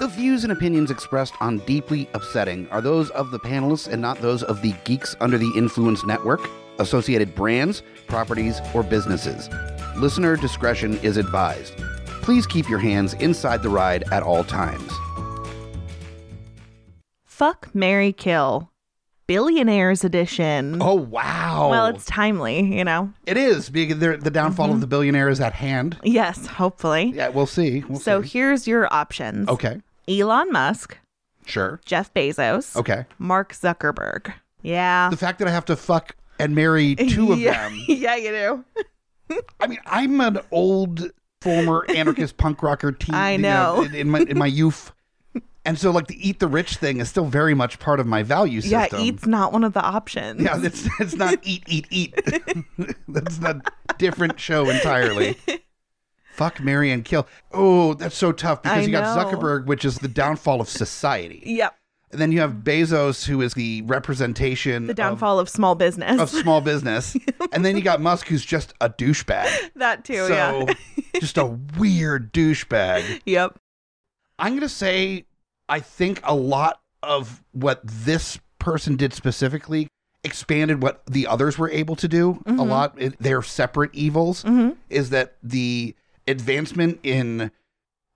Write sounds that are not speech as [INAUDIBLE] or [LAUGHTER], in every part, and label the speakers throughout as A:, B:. A: The views and opinions expressed on Deeply Upsetting are those of the panelists and not those of the Geeks Under the Influence Network, associated brands, properties, or businesses. Listener discretion is advised. Please keep your hands inside the ride at all times.
B: Fuck Mary Kill. Billionaires edition.
A: Oh, wow.
B: Well, it's Mm-hmm. timely, you know.
A: It is. because they're- The downfall of the billionaire is at hand.
B: Yes, hopefully.
A: Yeah, we'll see. We'll
B: so
A: see.
B: here's your options.
A: Okay.
B: Elon Musk,
A: Sure.
B: Jeff Bezos,
A: Okay.
B: Mark Zuckerberg. Yeah.
A: The fact that I have to fuck and marry two of
B: [LAUGHS] yeah.
A: them.
B: yeah, you do.
A: I mean, I'm an old
B: [LAUGHS]
A: former anarchist punk rocker teen.
B: I
A: you know,
B: know.
A: in, in my in my youth, and so like the eat the rich thing is still very much part of my value
B: Yeah,
A: system.
B: eat's not one of the options.
A: um, [LAUGHS] Yeah, it's it's
B: [LAUGHS]
A: not eat eat eat. [LAUGHS] that's a different show entirely. Fuck Mary and kill. Oh, that's so tough because
B: I
A: you got
B: know.
A: Zuckerberg, which is the downfall of society,
B: Yep.
A: and then you have Bezos, who is the representation
B: The
A: of
B: downfall of, small business.
A: Um, of small business. and then you got Musk, who's just a douchebag.
B: [LAUGHS] that too, yeah. [LAUGHS]
A: so, just a weird douchebag.
B: Yep.
A: I'm going to say, I think a lot of what this person did specifically expanded what the others were able to do
B: Mm-hmm.
A: a lot. It, their separate evils is that the advancement in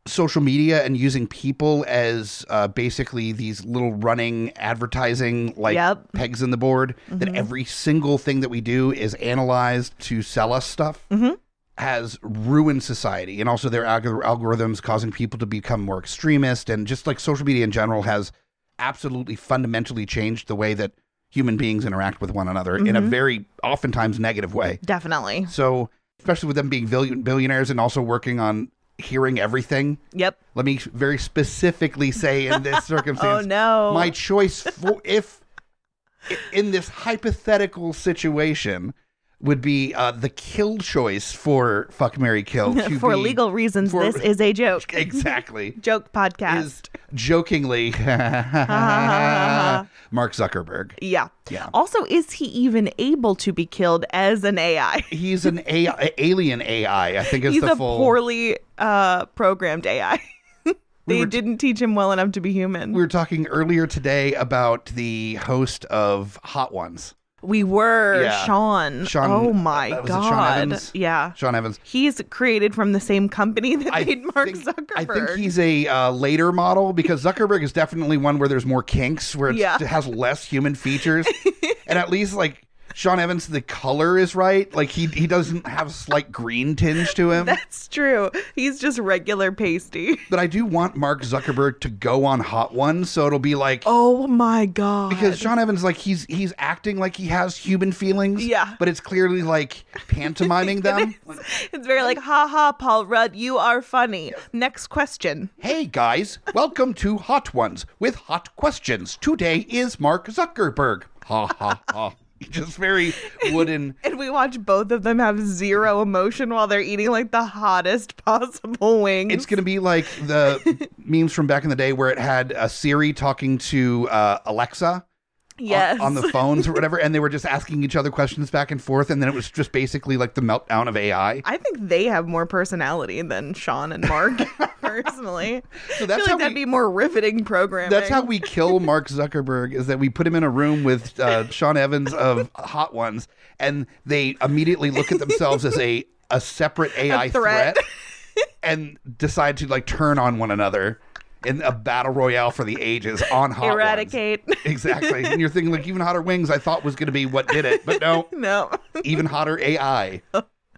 A: social media and using people as uh, basically these little running advertising like
B: Yep. Mm-hmm.
A: pegs in the board that every single thing that we do is analyzed to sell us stuff has ruined society and also their algor- algorithms causing people to become more extremist and just like social media in general has absolutely fundamentally changed the way that human beings interact with one another in a very oftentimes negative way
B: Definitely.
A: so especially with them being billion- billionaires and also working on hearing everything
B: Yep.
A: let me very specifically say in
B: [LAUGHS]
A: this circumstance
B: Oh, no.
A: my choice for if in this hypothetical situation would be uh, the kill choice for fuck Mary
B: [LAUGHS]
A: Kill to
B: For
A: be-
B: legal reasons,
A: for-
B: this is a
A: [LAUGHS]
B: joke. [LAUGHS]
A: exactly
B: joke podcast.
A: is
B: [LAUGHS]
A: jokingly Mark Zuckerberg.
B: Yeah.
A: Yeah.
B: Also, is he even able to be killed as an AI?
A: He's an
B: [LAUGHS]
A: AI, alien AI. I think is
B: He's
A: the
B: a
A: full.
B: poorly uh, programmed [LAUGHS] AI. they
A: were t-
B: didn't teach him well enough to be human.
A: we were talking earlier today about the host of Hot Ones,
B: We were
A: Yeah.
B: Sean.
A: Sean-
B: Oh my
A: uh, was it Sean
B: god.
A: Evans?
B: Yeah.
A: Sean Evans.
B: He's created from the same company that
A: I
B: made Mark
A: think-
B: Zuckerberg.
A: I think he's a uh, later model because Zuckerberg is definitely one where there's more kinks, where it's,
B: Yeah.
A: it has less human
B: [LAUGHS]
A: features, and at least like Sean Evans, the color is right. Like he he doesn't have a slight green tinge to him.
B: [LAUGHS] That's true. He's just regular pasty. [LAUGHS]
A: but I do want Mark Zuckerberg to go on Hot Ones, so it'll be like.
B: Oh my god.
A: Because Sean Evans, like he's he's acting like he has human feelings,
B: Yeah.
A: but it's clearly like
B: [LAUGHS]
A: pantomiming them. Like,
B: it's very like, ha ha, Paul Rudd, you are funny. Next question.
A: Hey guys, welcome to Hot Ones with Hot Questions. Today is Mark Zuckerberg. Ha ha ha. [LAUGHS] Just very wooden.
B: And we watch both of them have zero emotion while they're eating like the hottest [LAUGHS] possible wings.
A: It's going to be like the memes from back in the day where it had a Siri talking to uh, Alexa on-
B: yes.
A: on, the phones or whatever, and they were just asking each other questions back and forth, and then it was just basically like the meltdown of AI.
B: I think they have more personality than Sean and
A: [LAUGHS]
B: Mark, personally.
A: So
B: I
A: that's
B: feel
A: how
B: like that'd
A: we,
B: be more riveting programming.
A: that's how we
B: [LAUGHS]
A: kill Mark Zuckerberg is that we put him in a room with uh, Sean Evans of Hot Ones, and they immediately look at themselves as a a separate AI
B: threat.
A: threat. and decide to like turn on one another in a battle royale for the ages on Hot Ones.
B: eradicate. [LAUGHS]
A: Exactly, and you're thinking like even hotter wings. I thought was going to be what did it, but no,
B: no.
A: even hotter AI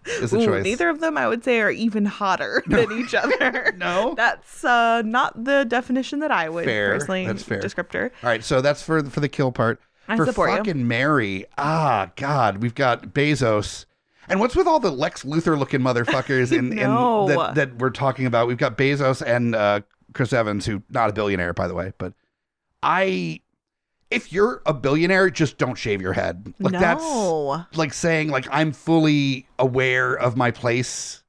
A: is the
B: Ooh,
A: choice.
B: neither of them, I would say, are
A: [LAUGHS]
B: even hotter than each other.
A: No?
B: That's uh, not the definition that I would
A: Fair.
B: personally
A: That's fair.
B: descriptor.
A: All right, so that's for for the kill part.
B: I
A: for
B: support you.
A: fucking Mary, ah, God, we've got Bezos, and what's with all the Lex Luthor looking
B: [LAUGHS]
A: motherfuckers in,
B: know.
A: in that, that we're talking about? We've got Bezos and uh, Chris Evans, who not a billionaire by the way, but I, if you're a billionaire, just don't shave your head. Like that's
B: no.
A: like saying like I'm fully aware of my place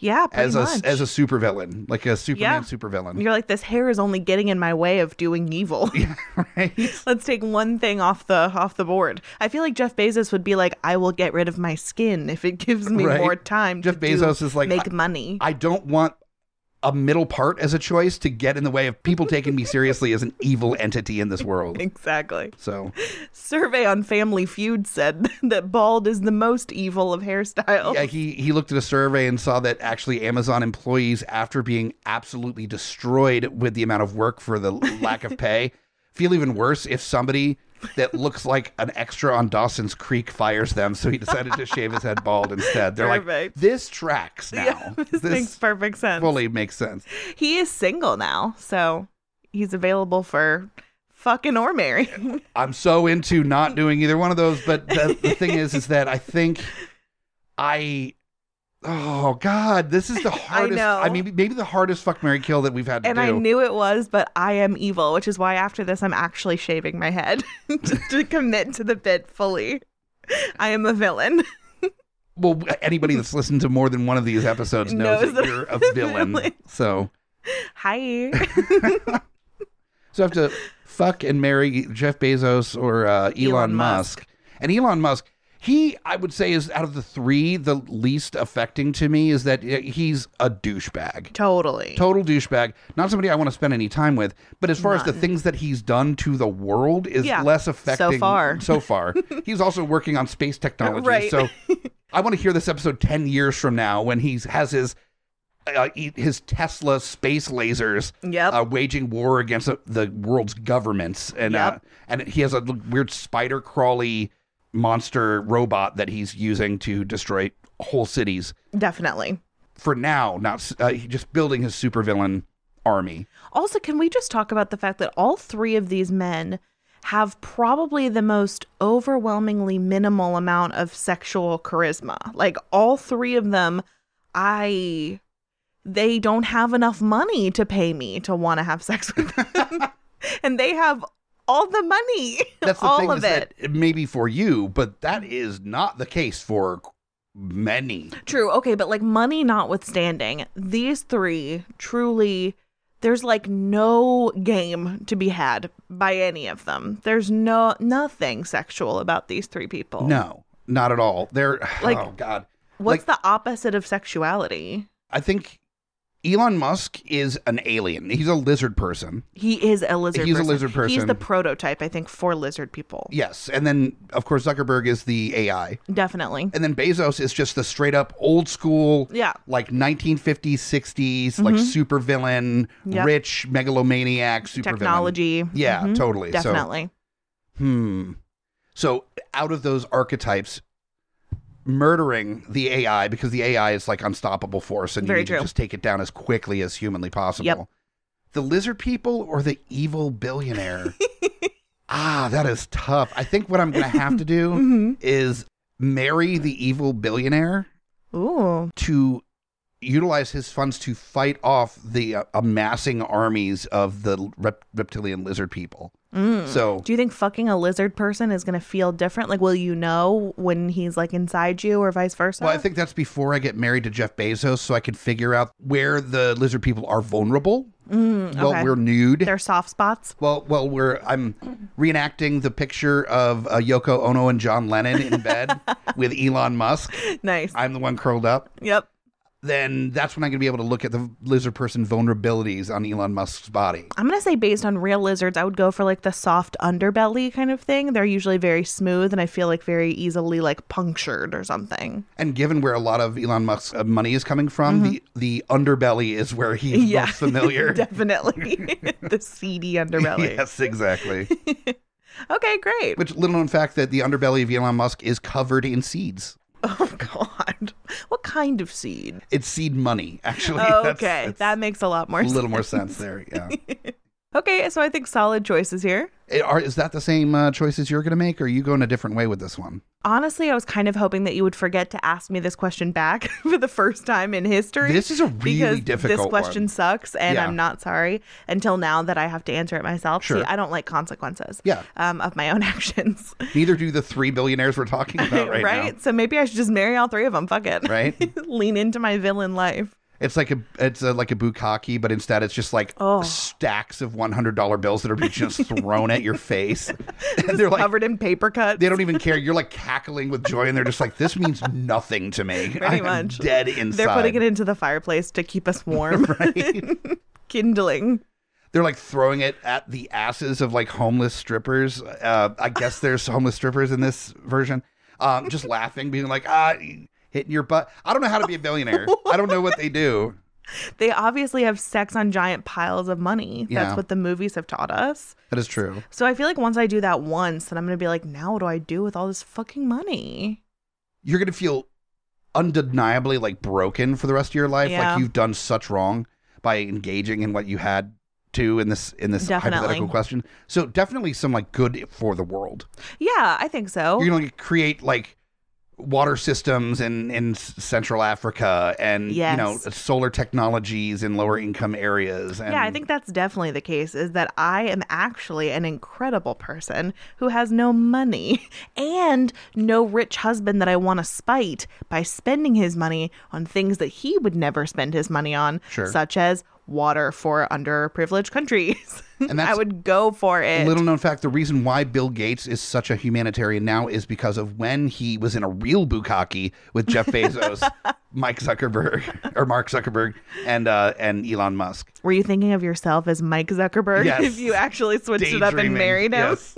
B: yeah, pretty
A: as
B: much.
A: a as a supervillain, like a Superman
B: Yeah.
A: supervillain,
B: You're like, this hair is only getting in my way of doing evil.
A: [LAUGHS]
B: [LAUGHS]
A: right?
B: Let's take one thing off the off the board. I feel like Jeff Bezos would be like, I will get rid of my skin if it gives me
A: Right.
B: more time.
A: Jeff
B: to do-
A: Bezos is like,
B: make
A: I-
B: money.
A: I don't want a middle part as a choice to get in the way of
B: [LAUGHS]
A: people taking me seriously as an evil entity in this world.
B: Exactly.
A: So,
B: Survey on Family Feud said [LAUGHS] that bald is the most evil of hairstyles.
A: yeah, he he looked at a survey and saw that actually Amazon employees after being absolutely destroyed with the amount of work for the lack of pay [LAUGHS] feel even worse if somebody that looks like an extra on Dawson's Creek fires them, so he decided to shave his head bald instead. They're like,
B: Perfect.
A: this tracks now.
B: [LAUGHS] Yeah, this, makes perfect sense.
A: fully makes sense.
B: He is single now, so he's available for fucking or marrying.
A: I'm so into
B: [LAUGHS]
A: not doing either one of those. But the, the thing is, is that I think I. Oh God, this
B: [LAUGHS]
A: is the hardest.
B: know.
A: mean, maybe the hardest fuck Mary kill that we've had to
B: and
A: do.
B: I knew it was, but I am evil, which is why after this I'm actually shaving my head [LAUGHS] just to commit to the bit fully. I am a villain. [LAUGHS]
A: well, anybody that's listened to more than one of these episodes knows,
B: Knows
A: that
B: that
A: you're a
B: [LAUGHS] I'm a
A: villain.
B: villain.
A: So,
B: Hi.
A: so I have to fuck and marry Jeff Bezos or uh, Elon,
B: Elon
A: Musk.
B: Musk.
A: And Elon Musk, he I would say is out of the three the least affecting to me is that uh, he's a douchebag.
B: totally.
A: total douchebag not somebody i want to spend any time with but as far as the things that he's done to the world is
B: Yeah.
A: less affecting [LAUGHS]
B: far.
A: so far he's also working on space technology
B: Right. [LAUGHS]
A: so i want to hear this episode 10 years from now when he has his uh, e- his tesla space lasers
B: Yep.
A: uh, waging war against uh, the world's governments and uh,
B: Yep.
A: and he has a l- weird spider crawly monster robot that he's using to destroy whole cities
B: Definitely.
A: for now, not s- uh, he- just building his supervillain
B: [LAUGHS]
A: army.
B: Also, can we just talk about the fact that all three of these men have probably the most overwhelmingly minimal amount of sexual charisma? Like, all three of them, I. They don't have enough money to pay me to want to have sex with them. [LAUGHS] and they have all the money.
A: That's the
B: all
A: thing
B: of
A: is
B: it.
A: that maybe for you, but that is not the case for many.
B: True. Okay, but like money notwithstanding, these three truly there's like no game to be had by any of them. There's no nothing sexual about these three people.
A: No, not at all. They're
B: Oh.
A: [SIGHS]
B: Like-
A: oh god.
B: What's
A: like-
B: the opposite of sexuality?
A: I think Elon Musk is an alien. He's a lizard person.
B: He is a lizard
A: He's a
B: person.
A: lizard
B: He's
A: person.
B: the prototype, I think, for lizard people.
A: Yes, and then of course Zuckerberg is the AI,
B: Definitely.
A: and then Bezos is just the straight up old school.
B: Yeah. Mm-hmm.
A: Like 1950s, 60s, like supervillain,
B: Yep.
A: rich, megalomaniac supervillain.
B: Technology.
A: Yeah,
B: Mhm.
A: totally. So
B: Definitely.
A: Hmm. So out of those archetypes, murdering the AI because the AI is like unstoppable force, and
B: Very
A: you need to
B: true.
A: just take it down as quickly as humanly possible.
B: Yep.
A: The lizard people or the evil
B: [LAUGHS]
A: billionaire? ah, that is tough. I think what I'm going to have to
B: [LAUGHS]
A: do
B: Mm-hmm.
A: is marry the evil billionaire
B: Ooh.
A: to utilize his funds to fight off the uh, amassing armies of the rep- reptilian lizard people.
B: Mm.
A: So
B: Do you think fucking a lizard person is going to feel different? Like, will you know when he's like inside you or vice versa?
A: Well, I think that's before I get married to Jeff Bezos, so I can figure out where the lizard people are vulnerable. Well,
B: Mm, okay.
A: we're nude.
B: They're soft spots.
A: well, well, we're I'm reenacting the picture of uh, Yoko Ono and John Lennon in
B: [LAUGHS]
A: bed with Elon Musk.
B: Nice.
A: I'm the one curled up.
B: yep.
A: Then that's when I'm gonna be able to look at the lizard person vulnerabilities on Elon Musk's body.
B: I'm going to say, based on real lizards, I would go for like the soft underbelly kind of thing. They're usually very smooth and I feel like very easily like punctured
A: [LAUGHS]
B: or something.
A: And given where a lot of Elon Musk's uh, money is coming from, the the underbelly is where he's
B: Mm-hmm. Yeah. [LAUGHS]
A: most familiar.
B: Definitely. [LAUGHS] the seedy underbelly.
A: yes, exactly.
B: Okay, great. [LAUGHS]
A: Which little known fact that the underbelly of Elon Musk is covered in seeds.
B: Oh, God. What kind
A: [LAUGHS]
B: of seed?
A: It's seed money, actually. [LAUGHS] That's-
B: Okay,
A: that's
B: that makes a lot more
A: a
B: sense.
A: little more sense there. Yeah.
B: [LAUGHS] Okay, so I think solid choices here.
A: It- are, is that the same uh, choices you're going to make, or are you going a different way with this one?
B: Honestly, I was kind of hoping that you would forget to ask me this question back [LAUGHS] for the first time in history.
A: This is a really
B: because
A: difficult
B: This question [LAUGHS]
A: one.
B: sucks, and
A: Yeah.
B: I'm not sorry until now that I have to answer it myself.
A: Sure.
B: See, I don't like consequences.
A: Yeah.
B: Um, of my own [LAUGHS] actions.
A: Neither do the three billionaires we're
B: [LAUGHS]
A: talking about right, now.
B: So maybe I should just marry all three of them. Fuck it.
A: Right?
B: Lean into my villain life.
A: It's like a it's a, like a bukkake, but instead it's just like
B: Oh.
A: stacks of one hundred dollar bills that are being
B: [LAUGHS]
A: just thrown at your face, [LAUGHS] and they're like
B: covered in paper cuts. [LAUGHS]
A: they don't even care. You're like cackling with joy, and they're just like, "This means nothing to me. I am
B: much.
A: dead inside."
B: They're putting it into the fireplace to
A: [LAUGHS]
B: keep us warm. Kindling.
A: They're like throwing it at the asses of like homeless strippers. Uh, I guess there's homeless strippers in this version. Um, just laughing, being like, "Ah, hitting your butt." I don't know how to be a [LAUGHS] billionaire. I don't know what they do.
B: They obviously have sex on giant piles of money.
A: Yeah.
B: That's what the movies have taught us.
A: That is true.
B: So I feel like once I do that once, then I'm going to be like, now what do I do with all this fucking money?
A: You're gonna feel undeniably like broken for the rest of your life.
B: Yeah.
A: Like you've done such wrong by engaging in what you had to in this in this
B: Definitely.
A: hypothetical question. So definitely some like good for the world.
B: Yeah, I think so.
A: you're gonna like, create like water systems in in s- Central Africa and you know
B: Yes.
A: solar technologies in lower income areas. And
B: yeah, I think that's definitely the case is that I am actually an incredible person who has no money [LAUGHS] and no rich husband that I want to spite by spending his money on things that he would never spend his money on,
A: Sure.
B: such as water for underprivileged countries. [LAUGHS]
A: And
B: And
A: that's
B: I would go for it.
A: Little known fact: the reason why Bill Gates is such a humanitarian now is because of when he was in a real bukkake with Jeff
B: [LAUGHS]
A: Bezos, Mike Zuckerberg, [LAUGHS] or Mark Zuckerberg, and uh, and Elon Musk.
B: Were you thinking of yourself as Mike Zuckerberg
A: Yes.
B: [LAUGHS] if you actually switched it up and
A: Daydreaming.
B: married him?
A: Yes.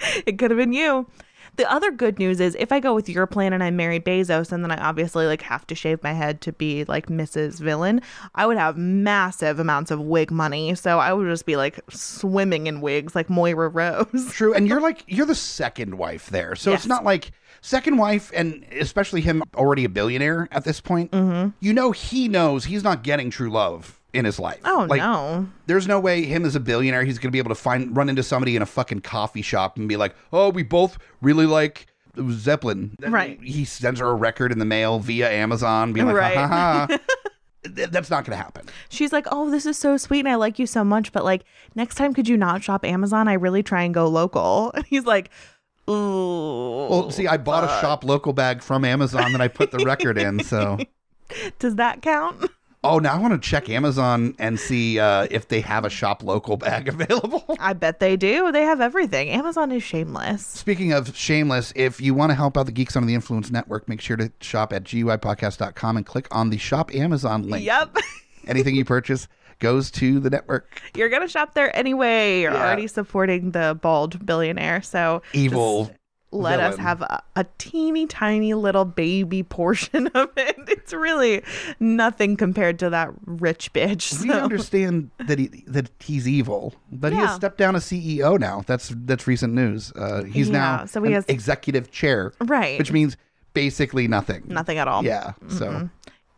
B: it could have been you. The other good news is if I go with your plan and I marry Bezos and then I obviously like have to shave my head to be like Mrs. Villain, I would have massive amounts of wig money. So I would just be like swimming in wigs like Moira Rose. [LAUGHS]
A: True, and you're like you're the second wife there, so it's
B: Yes.
A: not like second wife, and especially him already a billionaire at this point.
B: Mm-hmm.
A: You know, he knows he's not getting true love in his life.
B: Oh
A: like,
B: no.
A: There's no way him as a billionaire, he's gonna be able to find run into somebody in a fucking coffee shop and be like, "Oh, we both really like." Zeppelin. Then
B: Right.
A: He sends her a record in the mail via Amazon, being like,
B: Right.
A: ha, ha,
B: [LAUGHS]
A: ha. Th- That's not going to happen.
B: She's like, "Oh, this is so sweet and I like you so much, but like next time could you not shop Amazon? I really try and go local." [LAUGHS] And he's like, "Ooh."
A: Well, see, I bought a shop local bag from Amazon that I put the record in.
B: [LAUGHS]
A: So,
B: Does that count? [LAUGHS]
A: oh, now I want to check Amazon and see uh, if they have a shop local bag [LAUGHS] available.
B: I bet they do. They have everything. Amazon is shameless.
A: Speaking of shameless, if you want to help out the Geeks Under the Influence Network, make sure to shop at GUIPodcast.com and click on the Shop Amazon link.
B: Yep.
A: [LAUGHS] Anything you purchase goes to the network.
B: You're going to shop there anyway. You're
A: Yeah.
B: already supporting the bald billionaire. So
A: Evil.
B: just Let us
A: villain.
B: have a, a teeny tiny little baby [LAUGHS] portion of it. It's really nothing compared to that rich bitch.
A: We
B: So.
A: understand that he that he's evil, but he has
B: Yeah.
A: stepped down as CEO now. That's that's recent news. Uh, he's
B: Yeah,
A: now
B: so he
A: an
B: has-
A: executive chair,
B: Right.
A: which means basically nothing.
B: [LAUGHS] Nothing at all.
A: Yeah. So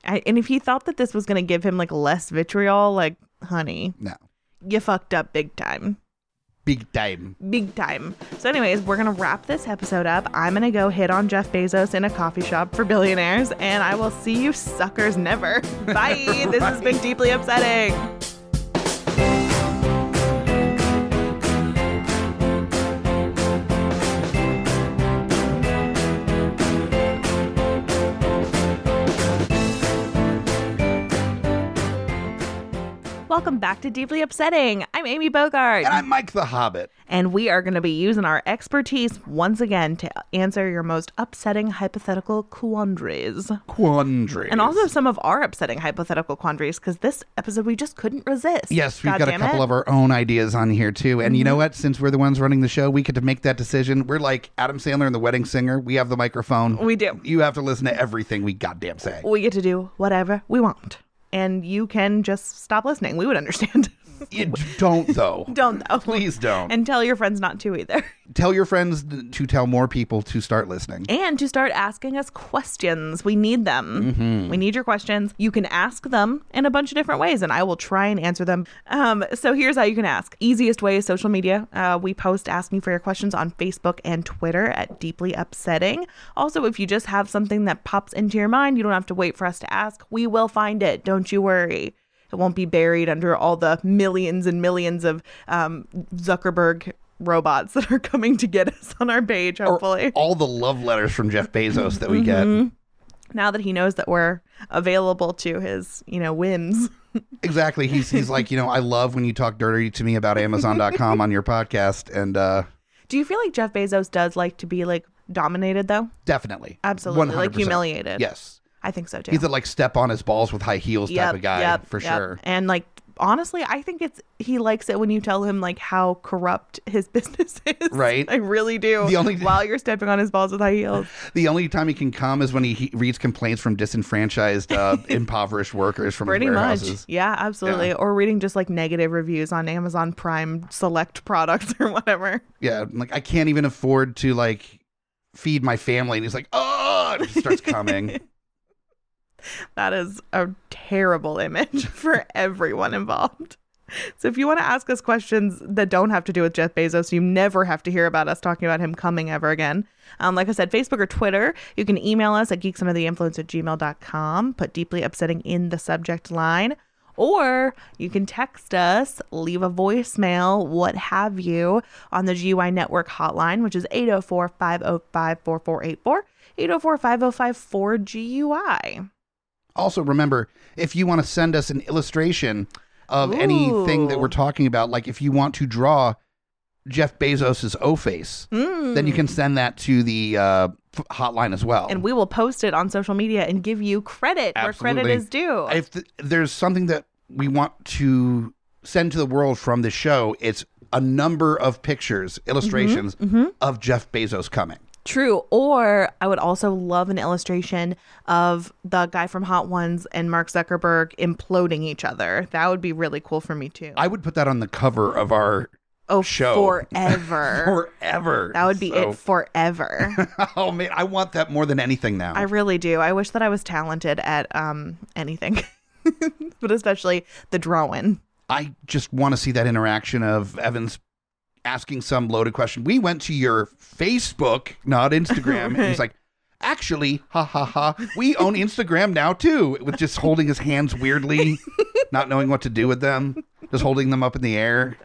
B: I, and if he thought that this was going to give him like less vitriol, like, honey,
A: no,
B: you fucked up big time.
A: big time.
B: big time. So, anyways, we're gonna wrap this episode up. I'm gonna go hit on Jeff Bezos in a coffee shop for billionaires, and I will see you suckers never. Bye. This has been deeply upsetting. Welcome back to Deeply Upsetting. I'm Amy Bogart.
A: And I'm Mike the Hobbit.
B: And we are going to be using our expertise once again to answer your most upsetting hypothetical quandaries.
A: Quandary.
B: And also some of our upsetting hypothetical quandaries because this episode we just couldn't resist.
A: Yes, we've
B: God
A: got a
B: damn
A: couple
B: it.
A: of our own ideas on here too. And you
B: Mm-hmm.
A: know what? Since we're the ones running the show, we get to make that decision. We're like Adam Sandler and the Wedding Singer. We have the microphone.
B: We do.
A: You have to listen to everything we goddamn
B: [LAUGHS]
A: say.
B: We get to do whatever we want. And you can just stop listening. We would understand. [LAUGHS]
A: You don't though.
B: Don't though.
A: Please don't.
B: And tell your friends not to either.
A: tell your friends th- to tell more people to start listening.
B: and to start asking us questions. We need them. We need your questions. You can ask them in a bunch of different ways, and I will try and answer them. Um, so here's how you can ask. Easiest way is social media. Uh, we post asking for your questions on Facebook and Twitter at Deeply Upsetting. Also, if you just have something that pops into your mind, you don't have to wait for us to ask. We will find it. Don't you worry. It won't be buried under all the millions and millions of um, Zuckerberg robots that are coming to get us on our page,
A: Or
B: hopefully. Mm-hmm.
A: all the love letters from Jeff Bezos that we get.
B: now that he knows that we're available to his, you know, whims. [LAUGHS]
A: Exactly. He's he's like, you know, I love when you talk dirty to me about Amazon.com on your podcast, and uh,
B: Do you feel like Jeff Bezos does like to be like dominated though?
A: definitely,
B: Absolutely. Like
A: 100%.
B: humiliated.
A: Yes,
B: I think so too.
A: he's a like step on his balls with high heels type of guy for
B: yep.
A: sure.
B: And like honestly, I think it's he likes it when you tell him like how corrupt his [LAUGHS] business is.
A: Right.
B: I really do.
A: The only-
B: while you're stepping on his balls with high heels.
A: The only time he can come is when he, he reads complaints from disenfranchised,
B: [LAUGHS]
A: uh, impoverished workers from his
B: Pretty much.
A: warehouses.
B: Yeah, absolutely.
A: Yeah.
B: Or reading just like negative reviews on Amazon Prime select products [LAUGHS] or whatever.
A: Yeah, like I can't even afford to like feed my family, and he's like, oh, and he starts
B: [LAUGHS]
A: coming.
B: That is a terrible image for everyone involved. So if you want to ask us questions that don't have to do with Jeff Bezos, you never have to hear about us talking about him coming ever again. Um, like I said, Facebook or Twitter, you can email us at geeksunderinfluence at gmail.com, put deeply upsetting in the subject line, or you can text us, leave a voicemail, what have you, on the GY Network hotline, which is 804 505 4484, 804 505 4GUI.
A: Also, remember if you want to send us an illustration of anything that
B: Ooh.
A: we're talking about, like if you want to draw Jeff Bezos's O face, then you can send that to the uh, f- hotline as well.
B: Hmm. and we will post it on social media and give you credit where
A: Absolutely.
B: credit is due.
A: if th- there's something that we want to send to the world from the show, it's a number of pictures,
B: Mm-hmm,
A: illustrations of Jeff Bezos coming.
B: True. Or I would also love an illustration of the guy from Hot Ones and Mark Zuckerberg imploding each other. That would be really cool for me too.
A: I would put that on the cover of our
B: oh,
A: show.
B: forever.
A: [LAUGHS] forever.
B: that would be
A: So-
B: it forever.
A: [LAUGHS] oh man, I want that more than anything now.
B: I really do. I wish that I was talented at um anything, [LAUGHS] but especially the drawing.
A: I just want to see that interaction of Evans asking some loaded question. We went to your Facebook, not Instagram. And he's like, actually, ha ha ha, we own Instagram now too, with just holding his hands weirdly, not knowing what to do with them, just holding them up in the air.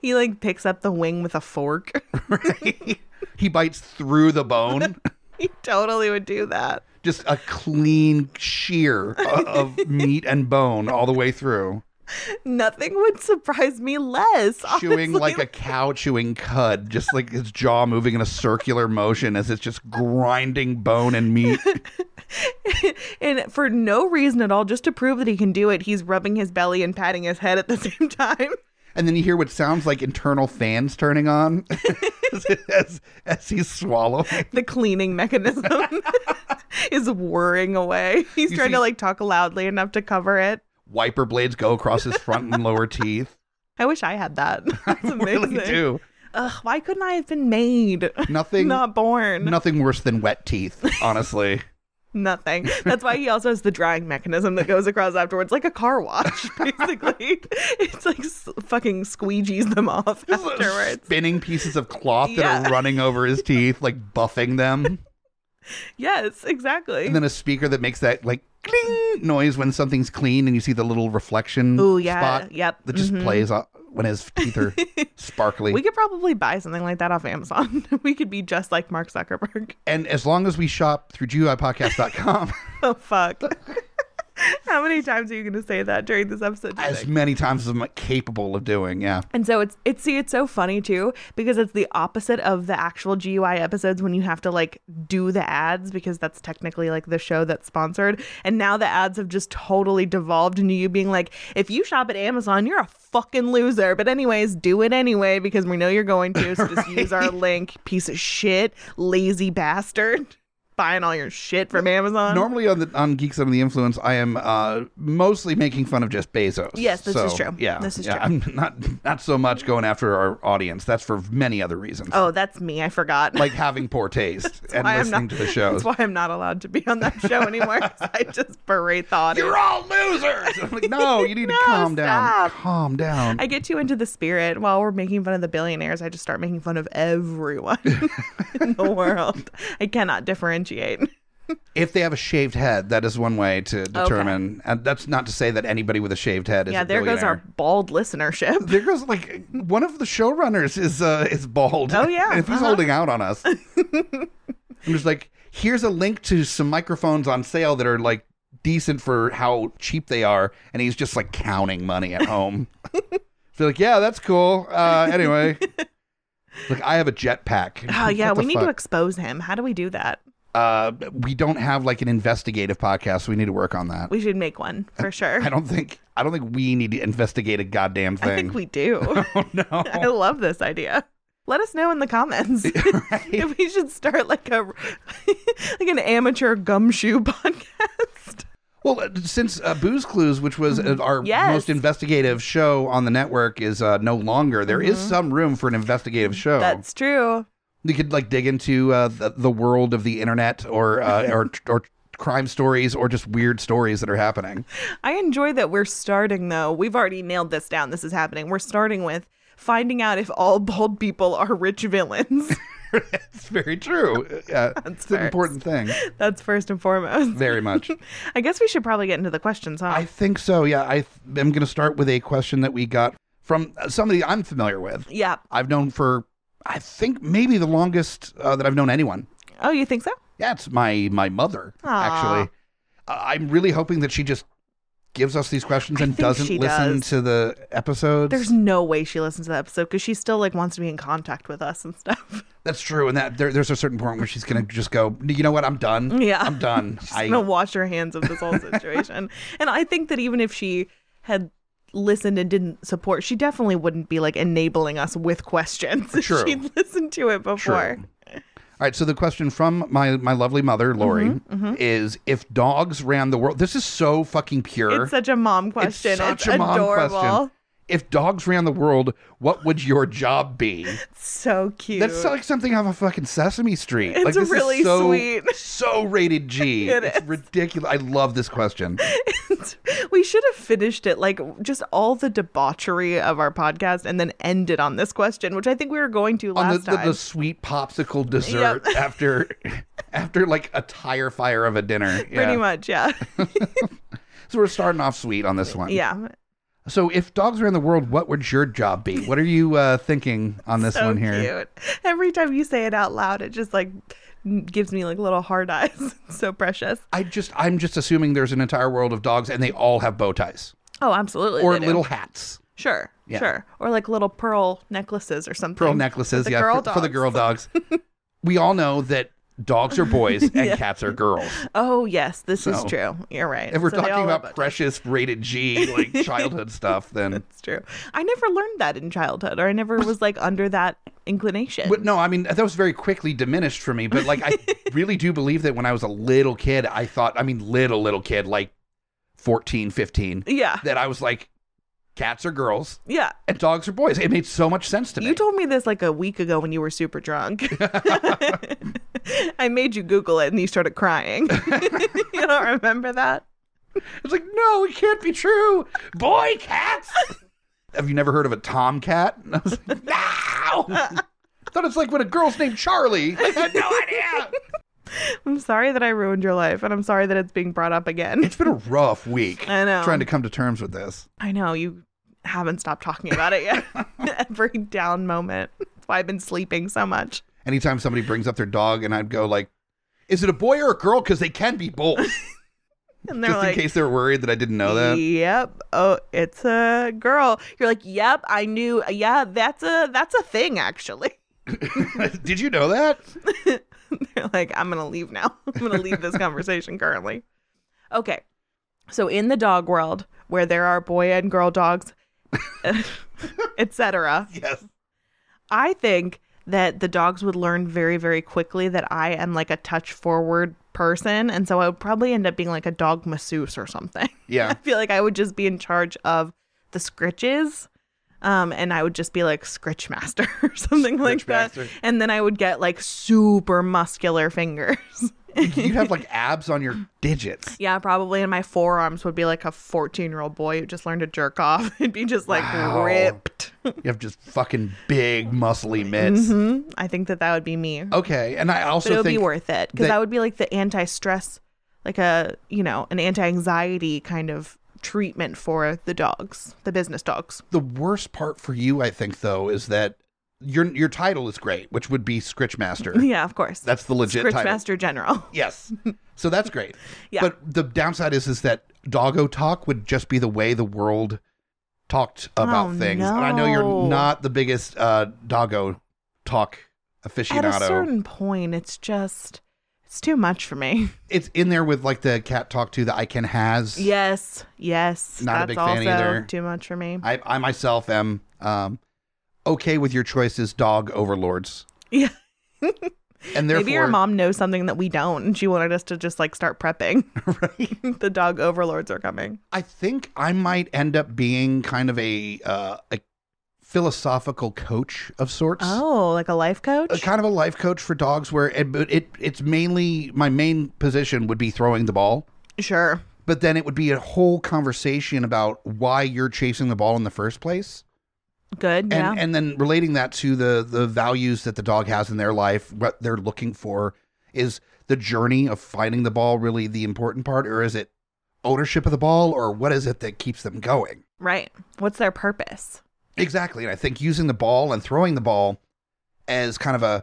B: He like picks up the wing with a fork. [LAUGHS]
A: Right? he bites through the bone.
B: he totally would do that.
A: Just a clean shear o- of meat and bone all the way through,
B: Nothing would surprise me less. [LAUGHS]
A: chewing
B: honestly.
A: like a cow chewing cud, just like his jaw moving in a circular motion as it's just grinding bone and
B: [LAUGHS]
A: meat.
B: and for no reason at all, just to prove that he can do it, he's rubbing his belly and patting his head at the [LAUGHS] same time.
A: and then you hear what sounds like internal fans turning
B: [LAUGHS]
A: on [LAUGHS] as, as, as he's swallowing.
B: The cleaning mechanism [LAUGHS] is whirring away. He's
A: You
B: trying to
A: see-
B: like talk loudly enough to cover it.
A: Wiper blades go across his front and lower teeth.
B: I wish I
A: [LAUGHS]
B: had that. [LAUGHS] That's amazing.
A: Really do
B: Ugh, why couldn't I have been made?
A: nothing.
B: Not born.
A: Nothing worse than wet teeth,
B: [LAUGHS]
A: honestly.
B: Nothing. That's
A: [LAUGHS]
B: why he also has the drying mechanism that goes across afterwards, like a car wash, [LAUGHS] basically. it's like s- fucking squeegees them off afterwards.
A: Spinning pieces of cloth that
B: Yeah.
A: are running over his teeth, like buffing
B: [LAUGHS]
A: them.
B: Yes, exactly.
A: And then a speaker that makes that like cling noise when something's clean and you see the little reflection
B: Ooh, yeah.
A: spot
B: Yep.
A: that just
B: Mhm.
A: plays o- when his teeth
B: [LAUGHS]
A: are sparkly.
B: We could probably buy something like that off Amazon. [LAUGHS] we could be just like Mark Zuckerberg. [LAUGHS]
A: and as long as we shop through GUIPodcast.com, [LAUGHS]
B: Oh fuck. [LAUGHS] How many times are you going to say that during this episode? do you
A: as
B: think?
A: many times as I'm capable of doing. Yeah.
B: And so it's it's see it's so funny too because it's the opposite of the actual GUI episodes when you have to like do the ads because that's technically like the show that's sponsored and now the ads have just totally devolved into you being like if you shop at Amazon you're a fucking loser but anyways do it anyway because we know you're going to so just use our link piece of shit lazy bastard [LAUGHS] buying all your shit from Amazon
A: Normally on the on Geeks Under the Influence, I am uh, mostly making fun of Jeff Bezos.
B: Yes, this
A: So,
B: is true.
A: Yeah,
B: This is
A: yeah,
B: true.
A: I'm not not so much going after our audience. That's for many other reasons,
B: oh that's me I forgot
A: like uh, having poor
B: [LAUGHS]
A: taste and
B: why I'm
A: listening
B: not-
A: to the shows.
B: [LAUGHS] that's why I'm not allowed to be on that show anymore 'cause I just berate the audience.
A: You're all losers. [LAUGHS] I'm like, no, you need
B: [LAUGHS] No,
A: to calm down.
B: stop.
A: Calm down.
B: I get you into the spirit while we're making fun of the billionaires. I just start making fun of everyone [LAUGHS] in
A: [LAUGHS]
B: the world. I cannot differentiate.
A: if they have a shaved head, that is one way to determine. And that's not to say that anybody with a shaved head is
B: yeah,
A: a
B: there goes our
A: billionaire. [LAUGHS]
B: bald listenership.
A: There goes like one of the showrunners is uh is bald.
B: Oh,
A: [LAUGHS]
B: yeah.
A: if he's [LAUGHS]
B: Uh-huh.
A: holding out on us, I'm just like here's a link to some microphones on sale that are like decent for how cheap they are. And he's just like counting money at home. [LAUGHS] so like, yeah, that's cool. Uh, anyway, [LAUGHS] look, I have a jetpack.
B: Oh yeah,
A: What the
B: we need
A: fuck?
B: to expose him. How do we do that?
A: Uh, we don't have like an investigative podcast, so we need to work on that.
B: We should make one for sure.
A: I don't think I don't think we need to investigate a goddamn thing.
B: [LAUGHS] I think we do.
A: [LAUGHS] oh no.
B: I love this idea. Let us know in
A: [LAUGHS]
B: the comments if [LAUGHS] we should start like a [LAUGHS] like an amateur gumshoe [LAUGHS] podcast.
A: Well, uh, since uh, Booze Clues, which was uh, our
B: Mm-hmm. Yes.
A: most investigative show on the network, is uh, no longer, there is some room for an investigative show.
B: Mm-hmm. That's true.
A: you could like dig into uh, the, the world of the internet, or
B: [LAUGHS]
A: uh, or or crime stories, or just weird stories that are happening. [LAUGHS]
B: I enjoy that we're starting though. We've already nailed this down. This is happening. We're starting with finding out if all bald people are rich villains. [LAUGHS]
A: it's very true. Uh, it's an
B: first.
A: important thing,
B: That's first and foremost.
A: very
B: [LAUGHS]
A: much.
B: I guess we should probably get into the questions, huh?
A: I think so. Yeah, I th- am going to start with a question that we got from uh, somebody I'm familiar with.
B: yeah.
A: I've known for I think maybe the longest uh, that I've known anyone.
B: Oh, you think so?
A: Yeah, it's my my mother
B: Aw.
A: actually. I- I'm really hoping that she just gives us these questions
B: I
A: and
B: think
A: doesn't
B: she
A: listen
B: does.
A: to the episodes.
B: There's no way she listens to the episode because she still like wants to be in contact with us and stuff. [LAUGHS]
A: That's true, and that there, there's a certain point where she's gonna just go. You know what? I'm done.
B: Yeah.
A: I'm done.
B: [LAUGHS] She's
A: I
B: gonna wash her hands of this
A: [LAUGHS]
B: whole situation. and I think that even if she had listened and didn't support, she definitely wouldn't be like enabling us with questions. [LAUGHS] if
A: True.
B: She'd listened to it
A: true.
B: before.
A: All right. So the question from my my lovely
B: Mm-hmm,
A: mother, Lori, is if dogs ran the world. This is so fucking pure.
B: It's such a mom question. It's,
A: such a mom
B: adorable.
A: question. if dogs ran the world, what would your job be?
B: So cute.
A: That's like something off of fucking Sesame Street.
B: It's
A: like, this
B: really
A: is so,
B: sweet. [LAUGHS]
A: So rated G.
B: It
A: it's ridiculous. I love this question.
B: we should have finished it like just all the debauchery of our podcast and then ended on this question, which I think we were going to
A: On the,
B: last
A: the,
B: time.
A: the sweet popsicle dessert [LAUGHS]
B: Yep.
A: after after like a tire fire of a dinner.
B: Pretty
A: Yeah. [LAUGHS]
B: much, yeah.
A: So we're starting off sweet on this one.
B: yeah.
A: So if dogs ran the world, what would your job be? What are you uh, thinking on this
B: so
A: one here?
B: cute. Every time you say it out loud, it just like gives me like little hard eyes. [LAUGHS] It's so precious.
A: I just I'm just assuming there's an entire world of dogs and they all have bow ties.
B: Oh, absolutely.
A: Or
B: they do.
A: little hats.
B: Sure.
A: Yeah.
B: Sure. Or like little pearl necklaces or something.
A: pearl necklaces,
B: the
A: yeah,
B: girl
A: for, for the
B: dogs.
A: girl dogs.
B: [LAUGHS]
A: we all know that dogs are boys and cats are girls.
B: Oh, yes. This is
A: So-
B: true. You're right.
A: If we're
B: So they
A: talking
B: all have
A: about
B: bow ties.
A: precious rated G
B: [LAUGHS]
A: like childhood stuff, then
B: It's true. I never learned that in childhood, or I never was like under that inclination.
A: but no, I mean that was very quickly diminished for me. But like
B: [LAUGHS]
A: I really do believe that when I was a little kid, I thought I mean little little kid like 14, 15,
B: yeah.
A: that I was like cats are girls
B: Yeah.
A: and dogs are boys. It made so much sense to me.
B: You told me this like a week ago when you were
A: [LAUGHS]
B: super drunk. [LAUGHS] I made you Google it and you started crying. [LAUGHS] you don't remember that?
A: it's like no, it can't be true. Boy cats. Have you never heard of a tomcat? [LAUGHS] And I was like, no. Thought it's like when a girl's named Charlie. I had no idea.
B: I'm sorry that I ruined your life and I'm sorry that it's being brought up again.
A: It's been a rough week.
B: I know.
A: Trying to come to terms with this.
B: I know you haven't stopped talking about
A: [LAUGHS]
B: it yet. [LAUGHS] Every down moment. That's why I've been sleeping so much.
A: Anytime somebody brings up their dog, and I'd go like, "Is it a boy or a girl? Because they can be
B: [LAUGHS]
A: both."
B: And they're
A: Just
B: like
A: in case they're worried that I didn't know that.
B: Yep. Oh, it's a girl. You're like, "Yep, I knew. Yeah, that's a that's a thing actually."
A: [LAUGHS]
B: [LAUGHS]
A: Did you know that?
B: They're like, I'm going to leave now. [LAUGHS] I'm going to
A: [LAUGHS]
B: leave this conversation currently. Okay. So, in the dog world, where there are boy and girl dogs, [LAUGHS] etc.,
A: Yes.
B: I think that the dogs would learn very, very quickly that I am like a touch forward person. And so I would probably end up being like a dog masseuse or something.
A: Yeah.
B: I feel like I would just be in charge of the scritches. Um, and I would just be like scritch master [LAUGHS] or something like that.
A: Scritchmaster.
B: And then I would get like super muscular fingers. [LAUGHS]
A: you have like abs on your digits.
B: yeah, probably. And my forearms would be like a 14 year old boy who just learned to jerk off. [LAUGHS] It'd be just like
A: Wow.
B: ripped. [LAUGHS]
A: You have just fucking big muscly mitts.
B: hmm I think that that would be me.
A: Okay, and I
B: but it
A: also
B: would be
A: think
B: worth it because
A: that-
B: that would be like the anti stress, like a, you know, an anti anxiety kind of treatment for the dogs, [LAUGHS] the business dogs.
A: the worst part for you, I think, though, is that your your title is great, which would be Scritch
B: [LAUGHS]
A: Master.
B: Yeah, of course.
A: That's the legit
B: Scritch
A: title.
B: Master General.
A: Yes. So that's great.
B: [LAUGHS] Yeah.
A: But the downside is is that doggo talk would just be the way the world talked about
B: Oh,
A: things. And I know you're
B: no.
A: not the biggest uh, doggo talk
B: At
A: aficionado.
B: a certain point, it's just it's too much for me. [LAUGHS]
A: it's in there with like the cat talk too that I can has.
B: Yes, yes.
A: Not a
B: that's
A: big
B: also
A: fan either.
B: too much for
A: [LAUGHS]
B: me.
A: I, I myself am um, okay with your choices, dog overlords.
B: Yeah.
A: And therefore,
B: Maybe your mom knows something that we don't, and she wanted us to just like start prepping.
A: [LAUGHS]
B: [LAUGHS]
A: right?
B: the dog overlords are coming.
A: I think I might end up being kind of a uh, a philosophical coach of sorts.
B: Oh, like a life coach?
A: A kind of a life coach for dogs, where it, but it it's mainly my main position would be throwing the ball,
B: Sure.
A: but then it would be a whole conversation about why you're chasing the ball in the first place.
B: Good. yeah.
A: and and then relating that to the the values that the dog has in their life, what they're looking for is the journey of finding the ball really the important part, or is it ownership of the ball, or what is it that keeps them going?
B: right. What's their purpose?
A: Exactly, and I think using the ball and throwing the ball as kind of a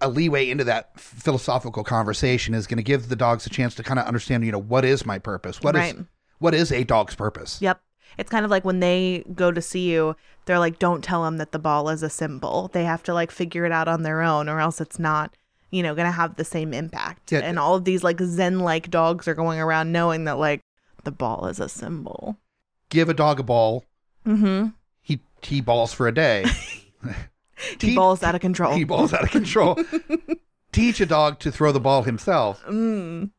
A: a leeway into that philosophical conversation is going to give the dogs a chance to kind of understand, you know, what is my purpose? What is
B: Right.
A: what is a dog's purpose?
B: Yep. It's kind of like when they go to see you, they're like, don't tell them that the ball is a symbol. They have to like figure it out on their own, or else it's not, you know, going to have the same impact.
A: Yeah.
B: And all of these like Zen like dogs are going around knowing that like the ball is a symbol.
A: Give a dog a ball,
B: Mm-hmm.
A: he he balls for a
B: [LAUGHS]
A: day. [LAUGHS]
B: T
A: T-
B: ball's out of control.
A: He balls out of
B: [LAUGHS]
A: control. Teach a dog to throw the ball himself,
B: Mm.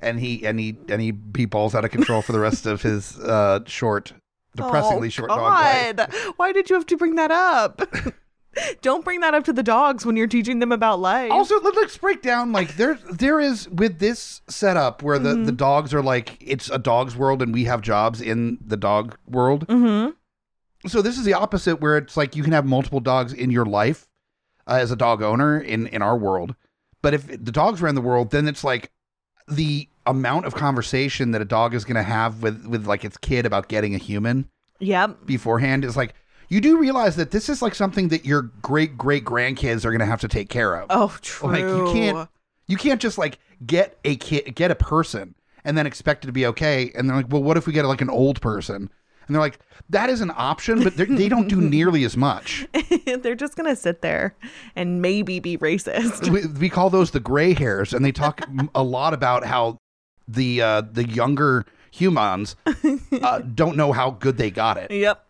A: and he and he and he he balls out of control for the rest of his uh, short, depressingly
B: Oh,
A: short dog life.
B: God. Why did you have to bring that up? [LAUGHS] Don't bring that up to the dogs when you're teaching them about life.
A: Also, let- let's break down like there there is with this setup where the, the dogs are like it's a dog's world and we have jobs in the dog world.
B: mm-hmm.
A: So this is the opposite where it's like you can have multiple dogs in your life uh, as a dog owner in in our world. But if the dogs ran the world, then it's like the amount of conversation that a dog is going to have with with like its kid about getting a human
B: Yep.
A: beforehand is like you do realize that this is like something that your great great grandkids are going to have to take care of.
B: Oh, true.
A: Like you can't you can't just like get a kid get a person and then expect it to be okay. And they're like, well, what if we get like an old person? And they're like, that is an option, but they're- they don't do nearly as much.
B: [LAUGHS] They're just going to sit there and maybe
A: [LAUGHS]
B: be racist.
A: We, we call those the gray hairs, and they talk m- a lot about how the uh, the younger humans uh, don't know how good they got it.
B: yep.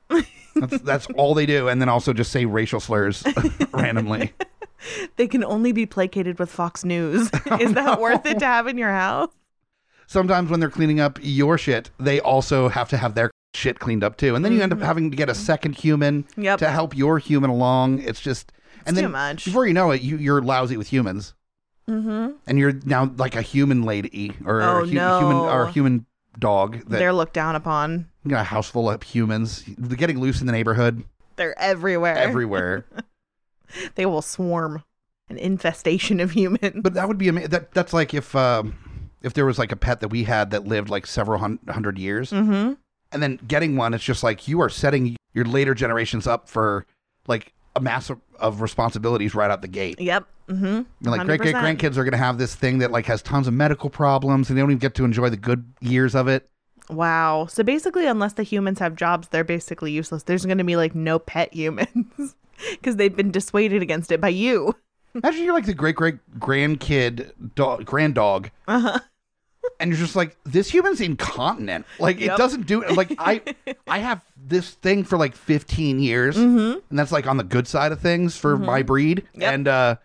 A: That's, that's all they do, and then also just say racial slurs [LAUGHS] randomly.
B: They can only be placated with Fox News. [LAUGHS] Is that worth it to have in your house?
A: sometimes when they're cleaning up your shit, they also have to have their shit cleaned up too. And then you end up having to get a second human
B: Mm-hmm. Yep.
A: to help your human along. It's just and
B: It's
A: then
B: too much.
A: before you know it, you, you're lousy with humans,
B: Mm-hmm.
A: and you're now like a human lady or
B: Oh,
A: a hu-
B: no.
A: human or a human dog that
B: They're looked down upon.
A: you got a house full of humans They're getting loose in the neighborhood
B: They're everywhere.
A: everywhere.
B: they will swarm an infestation of humans.
A: but that would be amazing. That that's like if. Um, if there was like a pet that we had that lived like several hun- hundred years,
B: mm-hmm.
A: and then getting one it's just like you are setting your later generations up for like a mass of, of responsibilities right out the gate
B: Yep. Mm-hmm.
A: And, like great great
B: 100%.
A: grandkids are going to have this thing that like has tons of medical problems and they don't even get to enjoy the good years of it
B: Wow. So basically, unless the humans have jobs, they're basically useless. There's going to be like no pet humans [LAUGHS] because they've been dissuaded against it by you.
A: imagine you're like the great great grandkid dog grand dog
B: Uh-huh.
A: and you're just like this human's incontinent like
B: Yep.
A: it doesn't do like
B: [LAUGHS]
A: i i have this thing for like 15 years and that's like on the good side of things for my breed
B: Mm-hmm. Yep.
A: and uh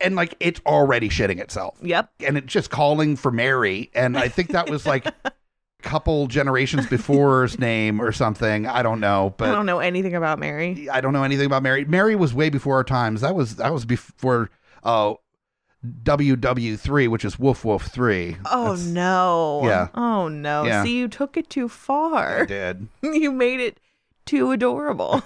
A: and like it's already shitting itself
B: Yep.
A: and it's just calling for Mary. And I think that was
B: [LAUGHS]
A: like a couple generations before his name or something. I don't know,
B: I
A: but
B: don't know anything about Mary.
A: I don't know anything about Mary. Mary was way before our times. That was that was before uh, WW three, which is Woof Woof three.
B: Oh
A: That's-
B: no.
A: Yeah.
B: Oh no.
A: Yeah.
B: See, you took it too
A: I
B: far.
A: did.
B: [LAUGHS] You made it too
A: [LAUGHS]
B: adorable.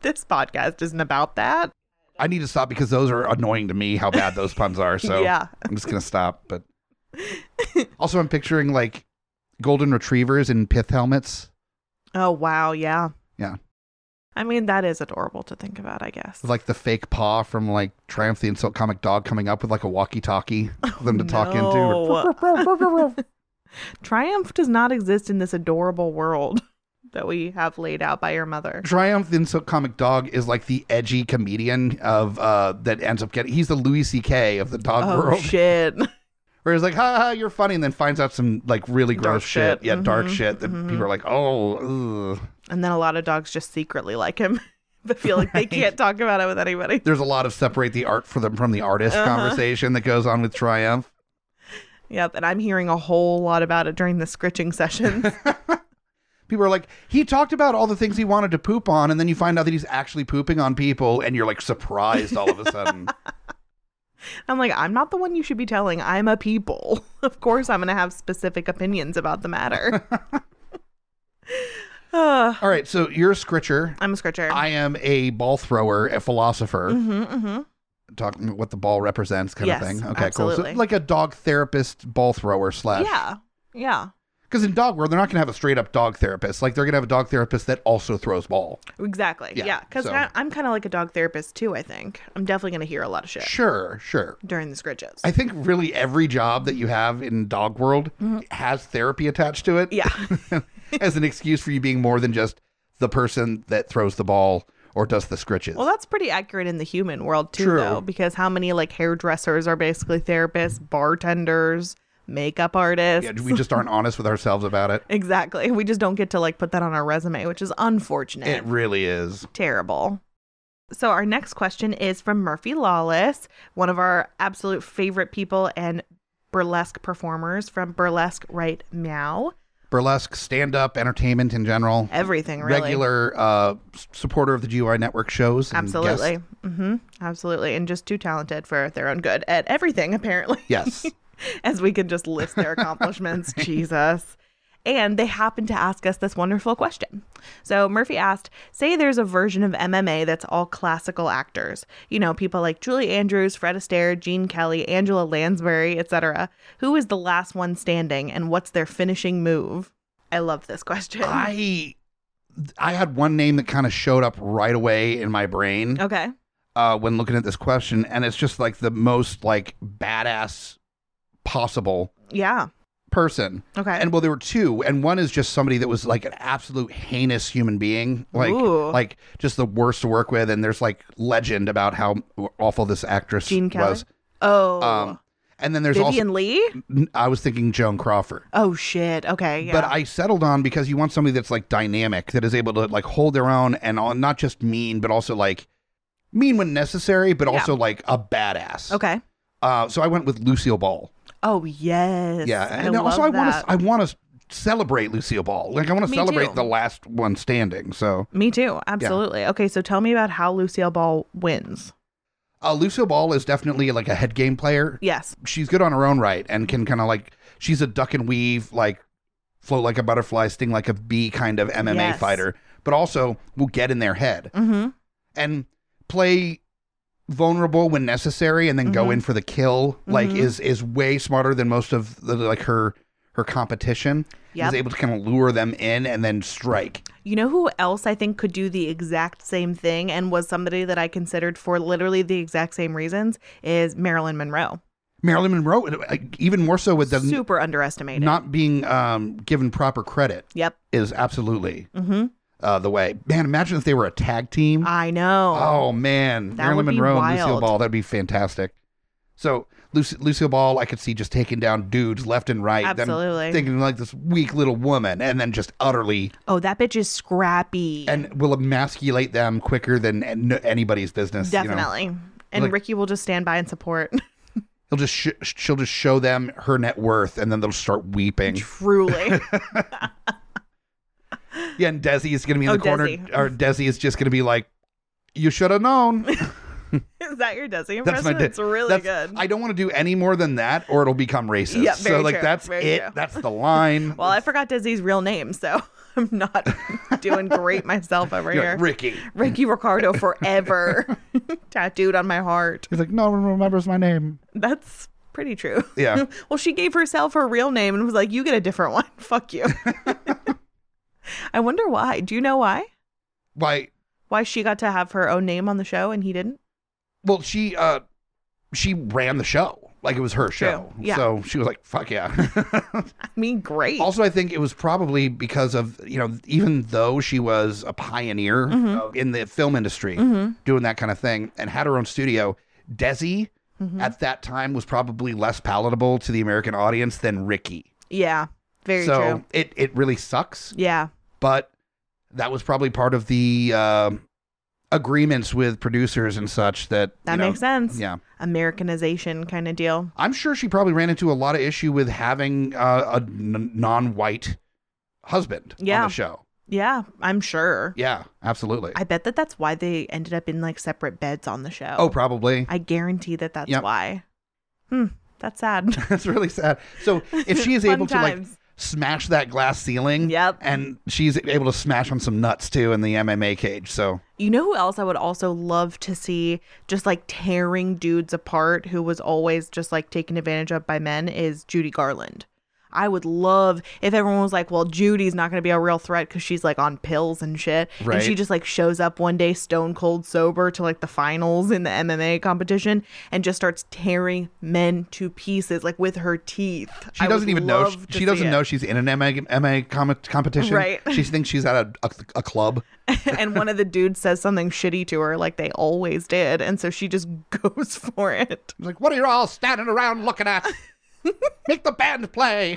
B: this podcast isn't about that.
A: I need to stop because those are annoying to me. How bad those puns are. So
B: [LAUGHS] Yeah.
A: I'm just gonna stop.
B: [LAUGHS]
A: But also, I'm picturing like golden retrievers in pith helmets.
B: Oh wow, yeah.
A: Yeah.
B: I mean, that is adorable to think about, I guess.
A: Like the fake paw from like Triumph the Insult Comic Dog coming up with like a walkie talkie
B: Oh,
A: for them to talk
B: [LAUGHS]
A: into.
B: Triumph does not exist in this adorable world [LAUGHS] that we have laid out by your mother.
A: Triumph the Insult Comic Dog is like the edgy comedian of uh that ends up getting he's the Louis C.K. of the dog
B: oh,
A: world.
B: shit. [LAUGHS]
A: Where he's like, ha ha, you're funny, and then finds out some like really
B: Dark
A: gross shit.
B: shit.
A: Yeah, dark
B: Mhm,
A: shit that
B: mhm.
A: people are like, oh, ugh.
B: And then a lot of dogs just secretly like him, [LAUGHS] but feel like
A: Right.
B: they can't talk about it with anybody.
A: there's a lot of separate the art for them from the artist
B: Uh-huh.
A: conversation that goes on with Triumph.
B: Yep. And I'm hearing a whole lot about it during the scritching sessions.
A: People are like, he talked about all the things he wanted to poop on, and then you find out that he's actually pooping on people, and you're like surprised all of a
B: [LAUGHS]
A: sudden.
B: I'm like, I'm not the one you should be telling. I'm a people. [LAUGHS] Of course, I'm going to have specific opinions about
A: [LAUGHS]
B: the matter. [SIGHS] uh,
A: all right, so you're a scritcher.
B: I'm a scritcher.
A: I am a ball thrower, a philosopher,
B: hmm hmm
A: talking about what the ball represents, kind
B: Yes,
A: of thing. Okay, cool.
B: absolutely.
A: So, like a dog therapist, ball thrower slash.
B: Yeah. Yeah.
A: Because in dog world, they're not going to have a straight up dog therapist. Like they're going to have a dog therapist that also throws ball.
B: Exactly.
A: Yeah,
B: Yeah. Because
A: so-
B: I'm kind of like a dog therapist too, I think. I'm definitely going to hear a lot of shit
A: Sure, sure.
B: during the scritches.
A: I think really every job that you have in dog world has therapy attached to it
B: Mm-hmm. yeah.
A: [LAUGHS]
B: [LAUGHS]
A: as an excuse for you being more than just the person that throws the ball or does the scritches.
B: Well, that's pretty accurate in the human world too,
A: True.
B: though, because how many like hairdressers are basically therapists, bartenders, makeup artists?
A: yeah, we just aren't honest with ourselves about
B: [LAUGHS]
A: it.
B: Exactly. We just don't get to like put that on our resume, which is unfortunate.
A: It really is.
B: Terrible. So, our next question is from Murphy Lawless, one of our absolute favorite people and burlesque performers from Burlesque Right Meow.
A: Burlesque, stand up, entertainment in general,
B: Everything, really.
A: regular uh, s- supporter of the GUI network shows. and guest.
B: Absolutely. hmm Absolutely. And just too talented for their own good at everything, apparently.
A: Yes.
B: [LAUGHS] as we can just list
A: [LAUGHS]
B: their accomplishments. Jesus. And they happened to ask us this wonderful question. So Murphy asked, say there's a version of MMA that's all classical actors, you know, people like Julie Andrews, Fred Astaire, Gene Kelly, Angela Lansbury, etc. Who is the last one standing and what's their finishing move? I love this question.
A: I I had one name that kind of showed up right away in my brain.
B: okay.
A: uh, when looking at this question, and it's just like the most like badass possible
B: Yeah.
A: person.
B: Okay.
A: And well, there were two, and one is just somebody that was like an absolute heinous human being, like
B: Ooh.
A: like just the worst to work with. And there's like legend about how awful this actress
B: Gene Kelly.
A: was.
B: oh.
A: Um, and then there's
B: Vivian Lee?
A: also I was thinking Joan Crawford.
B: Oh shit. Okay. Yeah.
A: But I settled on because you want somebody that's like dynamic, that is able to like hold their own and all, not just mean, but also like mean when necessary, but
B: Yeah.
A: also like a badass.
B: okay.
A: Uh, so I went with Lucille Ball.
B: Oh yes.
A: yeah,
B: I
A: and also I
B: love
A: want
B: that.
A: to I want to celebrate Lucille Ball. Like I want to
B: Me
A: celebrate
B: too.
A: the last one standing. So
B: Me too. Absolutely. Okay, so tell me about how Lucille Ball wins.
A: uh, Lucille Ball is definitely like a head game player.
B: Yes.
A: She's good on her own right and can kind of like she's a duck and weave like float like a butterfly, sting like a bee kind of MMA
B: Yes.
A: fighter, but also will get in their head
B: Mm-hmm.
A: and play vulnerable when necessary and then go
B: Mhm.
A: in for the kill like
B: Mhm.
A: is is way smarter than most of the like her her competition
B: Yep.
A: is able to kind of lure them in and then strike
B: you know who else I think could do the exact same thing and was somebody that I considered for literally the exact same reasons is Marilyn Monroe.
A: marilyn monroe uh, even more so with the
B: Super underestimated.
A: not being um, given proper credit
B: yep.
A: is absolutely
B: Mm-hmm.
A: uh, the way man imagine if they were a tag team
B: I know.
A: oh man
B: That
A: marilyn
B: would be
A: monroe and lucille
B: wild.
A: ball that'd be fantastic so Lucy, lucille ball i could see just taking down dudes left and right then
B: Absolutely.
A: thinking like this weak little woman and then just utterly
B: oh, that bitch is scrappy.
A: and will emasculate them quicker than an- anybody's business you know?
B: Definitely. And
A: Like-
B: Ricky will just stand by
A: [LAUGHS]
B: and support. [LAUGHS]
A: he'll just sh- she'll just show them her net worth and then they'll start
B: [LAUGHS]
A: weeping
B: Truly.
A: yeah and desi is gonna be in
B: Oh,
A: the corner
B: Desi.
A: or desi is just gonna be like you should have
B: [LAUGHS]
A: known
B: is that your Desi
A: that's
B: impression?
A: my de-
B: it's really
A: that's-
B: good.
A: i don't want to do any more than that or it'll become racist
B: Yeah,
A: so
B: very
A: like
B: true,
A: that's
B: very
A: it
B: true.
A: that's the line
B: [LAUGHS] Well, I forgot Dizzy's real name, so [LAUGHS] I'm
A: [LAUGHS]
B: not doing great myself over
A: You're
B: here.
A: like, ricky
B: Ricky Ricardo forever [LAUGHS] tattooed on my heart.
A: he's like no one remembers my name
B: That's pretty true. [LAUGHS]
A: yeah
B: well, she gave herself her real name and was like, "You get a different one. [LAUGHS] Fuck you." I wonder why. Do you know why?
A: why
B: why she got to have her own name on the show and he didn't?
A: Well, she uh she ran the show. Like it was her show.
B: Yeah.
A: So she was like, fuck
B: [LAUGHS]
A: yeah. [LAUGHS]
B: I mean, great.
A: also, I think it was probably because of, you know, even though she was a pioneer
B: Mm-hmm.
A: of- in the film industry doing that kind of thing and had her own studio, Desi
B: Mm-hmm.
A: at that time was probably less palatable to the American audience than Ricky.
B: yeah, very
A: so
B: true.
A: it it really sucks,
B: Yeah,
A: but that was probably part of the um agreements with producers and such that
B: that
A: you know,
B: makes sense.
A: Yeah.
B: Americanization kind of deal.
A: I'm sure she probably ran into a lot of issue with having uh, a n- non-white husband on
B: Yeah.
A: the show.
B: Yeah, I'm sure.
A: Yeah, absolutely.
B: I bet that that's why they ended up in like separate beds on the show.
A: oh, probably.
B: I guarantee that that's
A: Yep.
B: why. Hmm, that's sad.
A: [LAUGHS]
B: [LAUGHS]
A: That's really sad. So if she is
B: Fun
A: able to like
B: times.
A: smash that glass ceiling,
B: Yep.
A: and she's able to smash on some nuts too in the MMA cage. So
B: You know who else I would also love to see just like tearing dudes apart who was always just like taken advantage of by men is Judy Garland. I would love if everyone was like, well, Judy's not going to be a real threat because she's like on pills and shit.
A: Right.
B: And she just like shows up one day stone cold sober to like the finals in the MMA competition and just starts tearing men to pieces like with her teeth.
A: she
B: I
A: doesn't
B: would
A: even know
B: love
A: she,
B: to
A: she doesn't
B: see
A: know
B: it.
A: she's in an MMA, MMA com- competition.
B: Right.
A: She thinks she's at a, a, a club.
B: [LAUGHS] and one of the dudes says something shitty to her like they always did. And so she just [LAUGHS] goes for it.
A: She's like, "What are you all standing around looking [LAUGHS] at? Make the band play."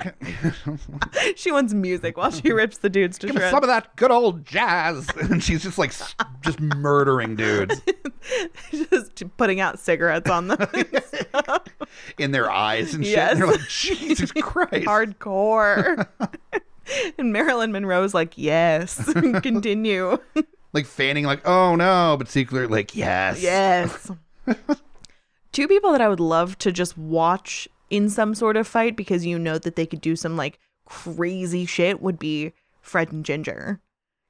B: She wants music while she rips the dudes to
A: Give me
B: shreds. [LAUGHS]
A: some of that good old jazz. [LAUGHS] And she's just like, s- just murdering dudes
B: Just putting out cigarettes on them.
A: in their eyes and shit. And they're
B: Yes.
A: like, [LAUGHS] Jesus Christ.
B: [LAUGHS] Hardcore. [LAUGHS] and Marilyn Monroe's like, yes, [LAUGHS] continue.
A: Like fanning, like, oh no, but secretly, like, yes.
B: yes. [LAUGHS] Two people that I would love to just watch in some sort of fight because you know that they could do some like crazy shit would be Fred and Ginger.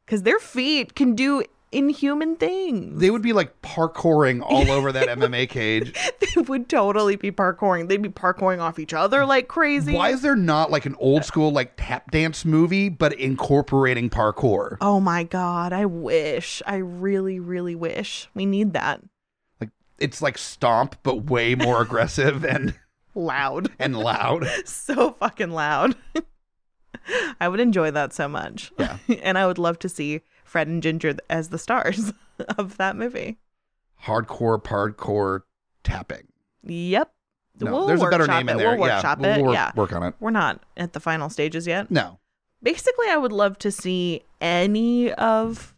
B: Because their feet can do inhuman things.
A: They would be like parkouring [LAUGHS] all over that MMA cage.
B: [LAUGHS] They would totally be parkouring. They'd be parkouring off each other like crazy.
A: Why is there not like an old school like tap dance movie, but incorporating parkour?
B: Oh my God, I wish. I really, really wish. We need that
A: Like it's like stomp, but way more aggressive and
B: loud.
A: and loud.
B: So fucking loud. [LAUGHS] I would enjoy that so much.
A: Yeah.
B: [LAUGHS] and I would love to see Fred and Ginger th- as the stars [LAUGHS] of that movie.
A: Hardcore, parkour tapping.
B: Yep.
A: No,
B: We'll
A: there's a better
B: workshop
A: name in
B: it.
A: there.
B: We'll workshop
A: yeah,
B: it.
A: we'll wor-
B: yeah.
A: work on it.
B: We're not at the final stages yet.
A: No,
B: Basically, I would love to see any of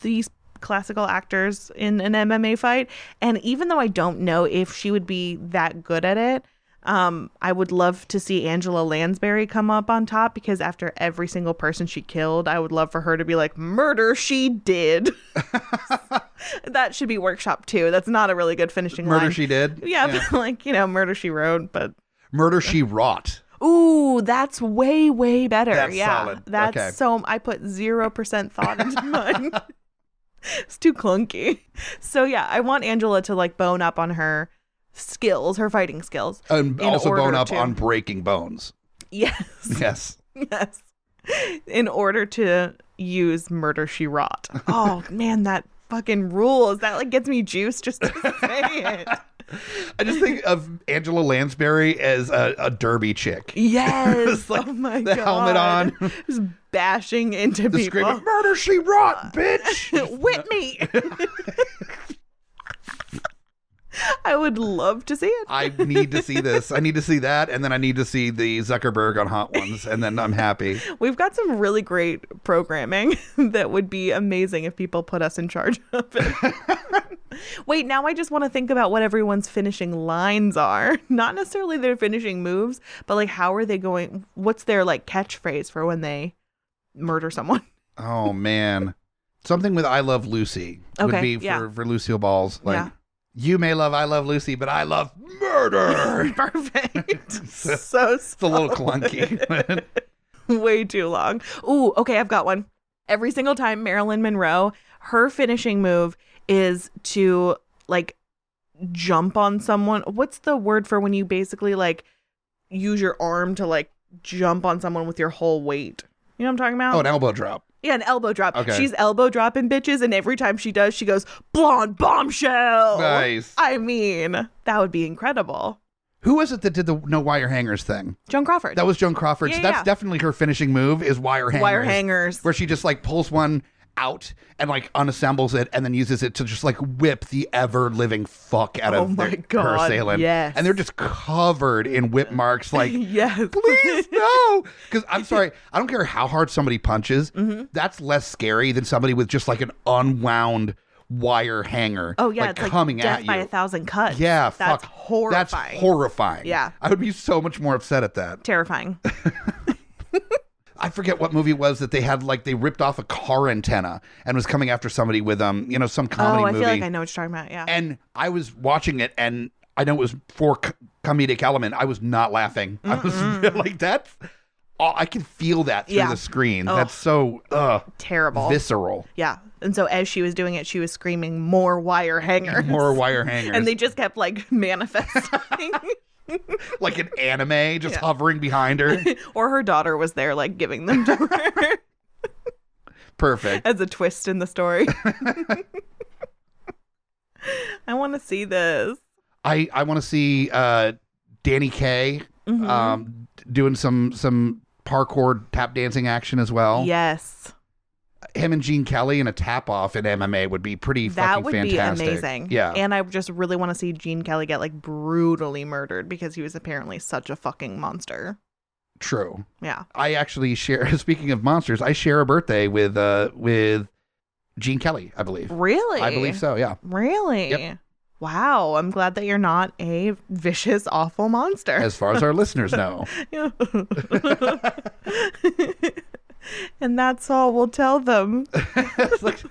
B: these classical actors in an MMA fight. And even though I don't know if she would be that good at it, um, I would love to see Angela Lansbury come up on top because after every single person she killed, I would love for her to be like, murder she did.
A: [LAUGHS]
B: that should be workshop too. That's not a really good finishing
A: murder
B: line.
A: she did.
B: [LAUGHS] yeah, but like, you know, murder she wrote, but
A: Murder She Wrought.
B: Ooh, that's way, way better.
A: That's
B: yeah.
A: solid.
B: That's
A: Okay.
B: so I put zero percent
A: [LAUGHS]
B: thought into mine. it's too clunky. So yeah, I want Angela to like bone up on her skills, her fighting skills.
A: And
B: In
A: also bone
B: order
A: up
B: to-
A: on breaking bones. [LAUGHS]
B: Yes. [LAUGHS]
A: Yes.
B: Yes. In order to use murder
A: [LAUGHS]
B: she wrought. Oh man, that fucking rules. That like gets me juice just to
A: [LAUGHS]
B: say it.
A: I just think of Angela Lansbury as a, a derby chick.
B: Yes.
A: It's like
B: [LAUGHS] oh my
A: the
B: god.
A: helmet on.
B: Just bashing into
A: The
B: people.
A: scream of murder she
B: [LAUGHS]
A: wrought, bitch.
B: Whip me. I would love to see it.
A: I need to see this. I need to see that, and then I need to see the Zuckerberg on Hot Ones, and then I'm happy.
B: We've got some really great programming [LAUGHS] that would be amazing if people put us in charge [LAUGHS] of it. Wait, now I just want to think about what everyone's finishing lines are. [LAUGHS] Not necessarily their finishing moves, but like how are they going? What's their like catchphrase for when they murder someone? [LAUGHS]
A: Oh man, something with I love Lucy would
B: Okay,
A: be for
B: yeah.
A: for Lucille Balls. Like
B: Yeah.
A: you may love I love Lucy, but I love
B: [LAUGHS]
A: murder.
B: Perfect. so
A: It's a little clunky.
B: [LAUGHS]
A: but-
B: way too long. Ooh, okay, I've got one. Every single time Marilyn Monroe, her finishing move is to like jump on someone. What's the word for when you basically like use your arm to like jump on someone with your whole weight? You know what I'm talking about?
A: oh, an elbow drop.
B: Yeah, an elbow drop.
A: Okay.
B: She's elbow dropping bitches, and every time she does, she goes, blonde bombshell.
A: Nice.
B: I mean, that would be incredible.
A: Who was it that did the no wire hangers thing?
B: Joan Crawford.
A: That was Joan Crawford. so
B: Yeah,
A: that's
B: yeah.
A: definitely her finishing move is wire hangers.
B: wire hangers.
A: Where she just like pulls one out and like unassembles it and then uses it to just like whip the ever living fuck out
B: Oh
A: of
B: my
A: their-
B: God,
A: her assailant.
B: yes.
A: And they're just covered in whip marks like
B: [LAUGHS] yes.
A: please no because i'm sorry i don't care how hard somebody punches
B: Mm-hmm.
A: that's less scary than somebody with just like an unwound wire hanger
B: Oh yeah,
A: like
B: it's
A: coming
B: like death
A: at
B: by a
A: you
B: thousand cuts.
A: yeah
B: that's
A: fuck.
B: horrifying.
A: that's horrifying
B: Yeah.
A: i would be so much more upset at that
B: Terrifying.
A: i forget what movie it was that they had like they ripped off a car antenna and was coming after somebody with um you know some comedy
B: oh, I
A: movie
B: feel like I know what you're talking about. Yeah.
A: and I was watching it, and I know it was for c- comedic element. I was not laughing. I was [LAUGHS] like, that's. Oh, I can feel that through
B: Yeah. Oh.
A: the screen.
B: Ugh.
A: That's so uh,
B: Terrible.
A: visceral.
B: yeah. And so as she was doing it, she was screaming more wire hangers.
A: More wire hangers,
B: and they just kept like [LAUGHS] manifesting.
A: [LAUGHS]
B: [LAUGHS]
A: like an anime, just
B: Yeah.
A: hovering behind
B: [LAUGHS]
A: her.
B: or her daughter was there like giving them to her [LAUGHS]
A: Perfect.
B: as a twist in
A: [LAUGHS]
B: the story. [LAUGHS] I want to see this.
A: I I want to see uh, Danny Kaye
B: Mhm.
A: um, d- doing some some parkour tap dancing action as well.
B: yes.
A: Him and Gene Kelly in a tap off in MMA would be pretty
B: That
A: fucking
B: would
A: fantastic.
B: be amazing.
A: Yeah.
B: And I just really want to see Gene Kelly get like brutally murdered because he was apparently such a fucking monster.
A: True.
B: Yeah.
A: I actually share. [LAUGHS] Speaking of monsters, I share a birthday with uh with Gene Kelly. I believe.
B: Really?
A: I believe so. Yeah.
B: Really?
A: Yep.
B: Wow. I'm glad that you're not a vicious, awful monster.
A: As far as our listeners
B: [LAUGHS]
A: know,
B: and that's all we'll tell
A: [LAUGHS]
B: them.
A: It's like-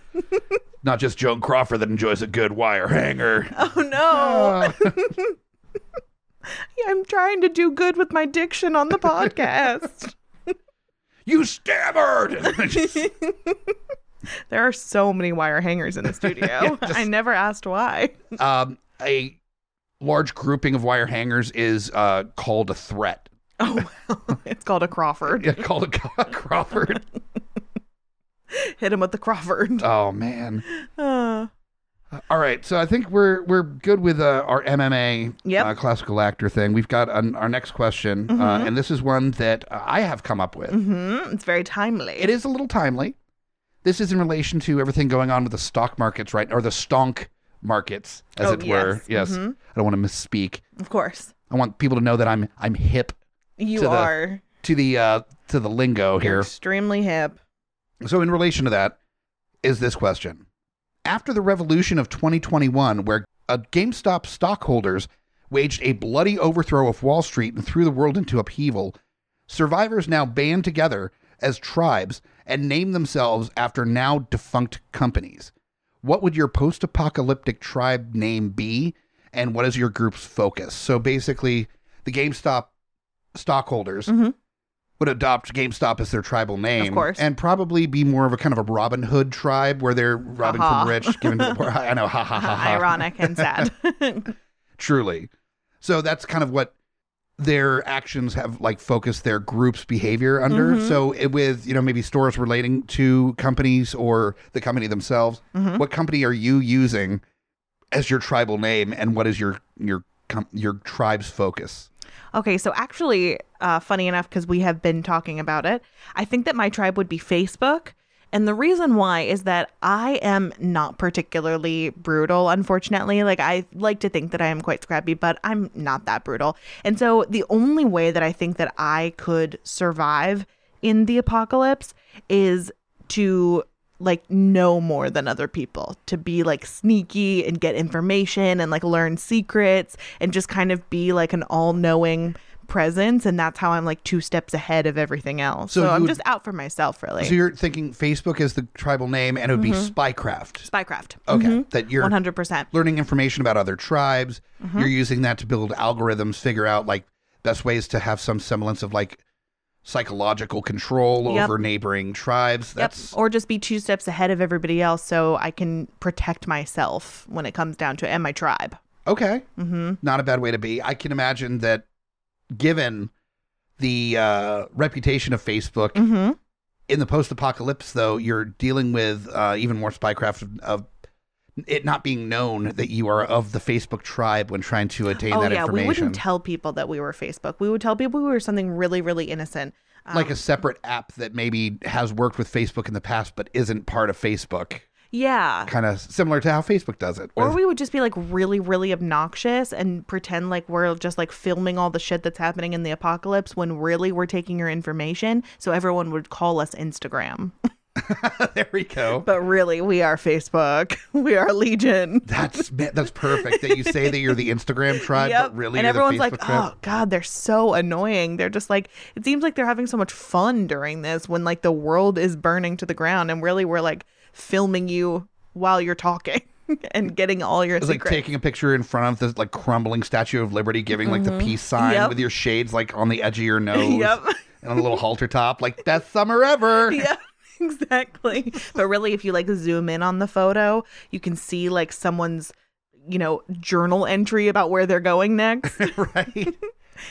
A: not just Joan Crawford that enjoys a good wire hanger.
B: Oh no.
A: Uh,
B: I'm trying to do good with my
A: [LAUGHS]
B: diction on the podcast.
A: you stammered.
B: [LAUGHS] there are so many wire hangers in the studio.
A: [LAUGHS] Yeah, just-
B: I never asked why.
A: um, a large grouping of wire hangers is uh, called a threat. [LAUGHS]
B: [LAUGHS] Oh well. It's called a Crawford.
A: Yeah, called a [LAUGHS] Crawford.
B: Hit him with the [LAUGHS] Crawford.
A: Oh man.
B: Uh,
A: All right, so I think we're we're good with uh, our MMA
B: Yep. Mm-hmm.
A: uh, classical actor thing. We've got an, our next question, uh, and this is one that uh, I have come up with.
B: hmm It's very timely.
A: It is a little timely. This is in relation to everything going on with the stock markets, right, or the stonk markets, as
B: Oh,
A: it were.
B: yes.
A: Yes, I don't want to misspeak.
B: Of course.
A: I want people to know that I'm I'm hip
B: You
A: To the-
B: are
A: to the uh, to the lingo
B: You're
A: here.
B: extremely hip.
A: So, in relation to that, is this question. After the revolution of 2021, where uh, GameStop stockholders waged a bloody overthrow of Wall Street and threw the world into upheaval, survivors now band together as tribes and name themselves after now defunct companies. What would your post apocalyptic tribe name be, and what is your group's focus? So, basically, the GameStop stockholders
B: Mhm.
A: would adopt GameStop as their tribal name,
B: course.
A: and probably be more of a kind of a Robin Hood tribe where they're robbing
B: Ha ha.
A: from rich, giving to the
B: [LAUGHS]
A: poor. I know, ha ha ha ha.
B: Ironic and sad. [LAUGHS]
A: Truly. So that's kind of what their actions have like focused their group's behavior under.
B: Mm-hmm.
A: So it, with you know maybe stores relating to companies or the company themselves,
B: Mm-hmm.
A: what company are you using as your tribal name, and what is your your com- your tribe's focus?
B: Okay, so actually, uh, funny enough, because we have been talking about it, I think that my tribe would be Facebook. And the reason why is that I am not particularly brutal, unfortunately. Like, I like to think that I am quite scrappy, but I'm not that brutal. And so, the only way that I think that I could survive in the apocalypse is to like know more than other people to be like sneaky and get information and like learn secrets and just kind of be like an all-knowing presence and that's how i'm like two steps ahead of everything else
A: So
B: so,
A: you
B: i'm
A: would-
B: just out for myself really
A: So you're thinking Facebook is the tribal name, and it would
B: Mm-hmm.
A: be Spycraft.
B: spycraft Mm-hmm.
A: Okay, that you're
B: 100%
A: learning information about other tribes.
B: Mm-hmm.
A: You're using that to build algorithms, figure out like best ways to have some semblance of like psychological control
B: Yep.
A: over neighboring tribes. That's
B: yep. or just be two steps ahead of everybody else so i can protect myself when it comes down to it and my tribe
A: okay.
B: mm-hmm.
A: Not a bad way to be. I can imagine that given the uh, reputation of Facebook,
B: Mm-hmm.
A: in the post-apocalypse, though, you're dealing with uh, even more spycraft of, of it not being known that you are of the Facebook tribe when trying to attain
B: oh
A: that
B: yeah, we
A: information.
B: wouldn't tell people that we were Facebook. We would tell people we were something really, really innocent. Um,
A: like a separate app that maybe has worked with Facebook in the past but isn't part of Facebook,
B: yeah,
A: kind of similar to how Facebook does it.
B: or
A: with-
B: we would just be like really, really obnoxious and pretend like we're just like filming all the shit that's happening in the apocalypse when really we're taking your information. So everyone would call us Instagram,
A: [LAUGHS]
B: [LAUGHS]
A: there we go.
B: but really we are Facebook. [LAUGHS] We are Legion.
A: That's that's perfect that you say that
B: [LAUGHS]
A: you're the Instagram tribe, but really
B: and
A: you're
B: everyone's
A: the Facebook
B: like,
A: tribe.
B: "Oh God, they're so annoying." They're just like, it seems like they're having so much fun during this when like the world is burning to the ground, and really we're like filming you while you're talking [LAUGHS] and getting all your
A: It's like
B: secrets.
A: taking a picture in front of this like crumbling Statue of Liberty, giving like the peace sign
B: Mm-hmm. Yep.
A: with your shades like on the edge
B: [LAUGHS]
A: of your nose,
B: Yep.
A: and a little halter top, like best summer
B: [LAUGHS]
A: ever. [LAUGHS]
B: yeah. Exactly. But really, if you like zoom in on the photo, you can see like someone's, you know, journal entry about where they're
A: [LAUGHS]
B: going next. [LAUGHS]
A: right?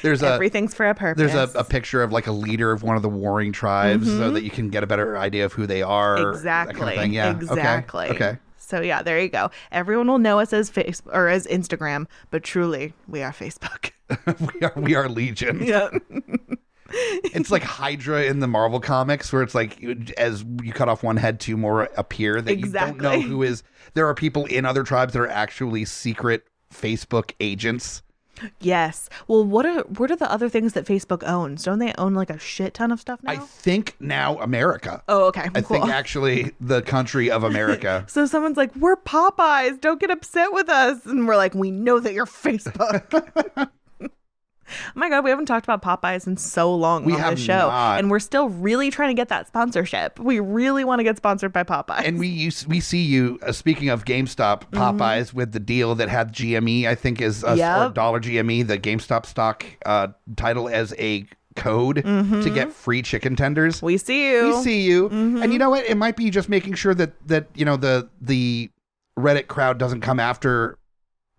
A: There's a
B: Everything's for a purpose.
A: Uh, there's a, a picture of like a leader of one of the warring tribes, so that you can get a better idea of who they are. that kind of
B: Mm-hmm. Exactly.
A: thing. Yeah. Okay.
B: Exactly.
A: Okay.
B: So yeah, there you go. Everyone will know us as face or as Instagram, but truly we are Facebook. [LAUGHS]
A: [LAUGHS] we are we are legion.
B: yeah.
A: It's like Hydra in the Marvel comics, where it's like you- as you cut off one head, two more appear. That you don't
B: Exactly.
A: know who is. There are people in other tribes that are actually secret Facebook agents.
B: Yes. Well, what are what are the other things that Facebook owns? Don't they own like a shit ton of stuff now?
A: I think now America.
B: oh, okay.
A: I
B: cool.
A: think actually the country of
B: [LAUGHS]
A: America.
B: so someone's like, "We're Popeyes. Don't get upset with us." And we're like, "We know that you're Facebook." [LAUGHS] My God, we haven't talked about Popeyes in so long
A: We
B: on
A: have
B: this show,
A: not.
B: and we're still really trying to get that sponsorship. We really want to get sponsored by Popeyes.
A: and we use, we see you uh, speaking of GameStop
B: Mm-hmm.
A: Popeyes with the deal that had GME I think is a
B: Yep.
A: dollar GME the GameStop stock uh, title as a code to get free chicken tenders.
B: Mm-hmm. we Mm-hmm. see you.
A: We see you, and you know what? It might be just making sure that that you know the the Reddit crowd doesn't come after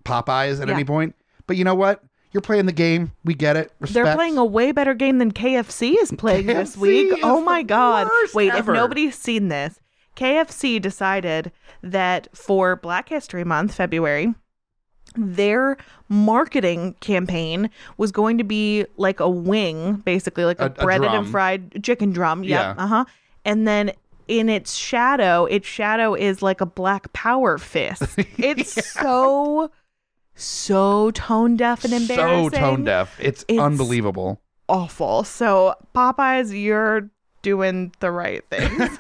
A: Popeyes at
B: Yeah.
A: any point. But you know what? You're playing the game. We get it.
B: They're
A: Respect.
B: playing a way better game than KFC is playing this
A: KFC
B: week.
A: is
B: Oh my
A: the
B: god.
A: worst
B: Wait,
A: ever.
B: if nobody's seen this, KFC decided that for Black History Month, February, their marketing campaign was going to be like a wing, basically like
A: A-
B: a,
A: a
B: breaded and
A: drum.
B: fried chicken drum.
A: Yeah.
B: Yeah. Uh-huh. And then in its shadow, its shadow is like a black power fist.
A: [LAUGHS]
B: It's so so tone deaf and
A: so
B: embarrassing
A: tone deaf. It's,
B: It's-
A: unbelievable.
B: awful. So Popeyes, you're doing the right [LAUGHS] things.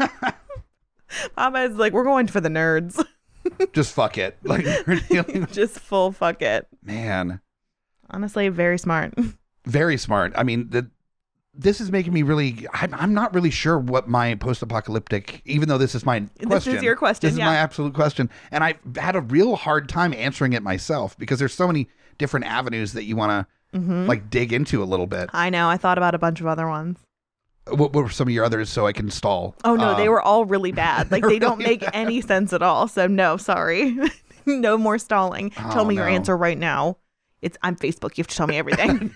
B: Popeyes like we're going for the nerds. [LAUGHS]
A: Just fuck it. [LAUGHS] Like we're dealing with-
B: Just full fuck it.
A: man.
B: Honestly, very smart.
A: very smart. I mean, the, this is making me really. I'm, I'm not really sure what my post-apocalyptic. Even though this is my
B: is
A: question,
B: your question,
A: This
B: yeah.
A: is my absolute question, and I've had a real hard time answering it myself because there's so many different avenues that you want to
B: Mm-hmm.
A: like dig into a little bit.
B: I know. I thought about a bunch of other ones.
A: What, what were some of your others so I can stall?
B: Oh no,
A: Uh, [LAUGHS]
B: they were all really [LAUGHS] bad. Like they don't
A: really
B: make any sense at all. So no, sorry. [LAUGHS] no more stalling. tell
A: Oh,
B: me your
A: no.
B: answer right now. It's I'm Facebook. You have to tell me [LAUGHS] everything.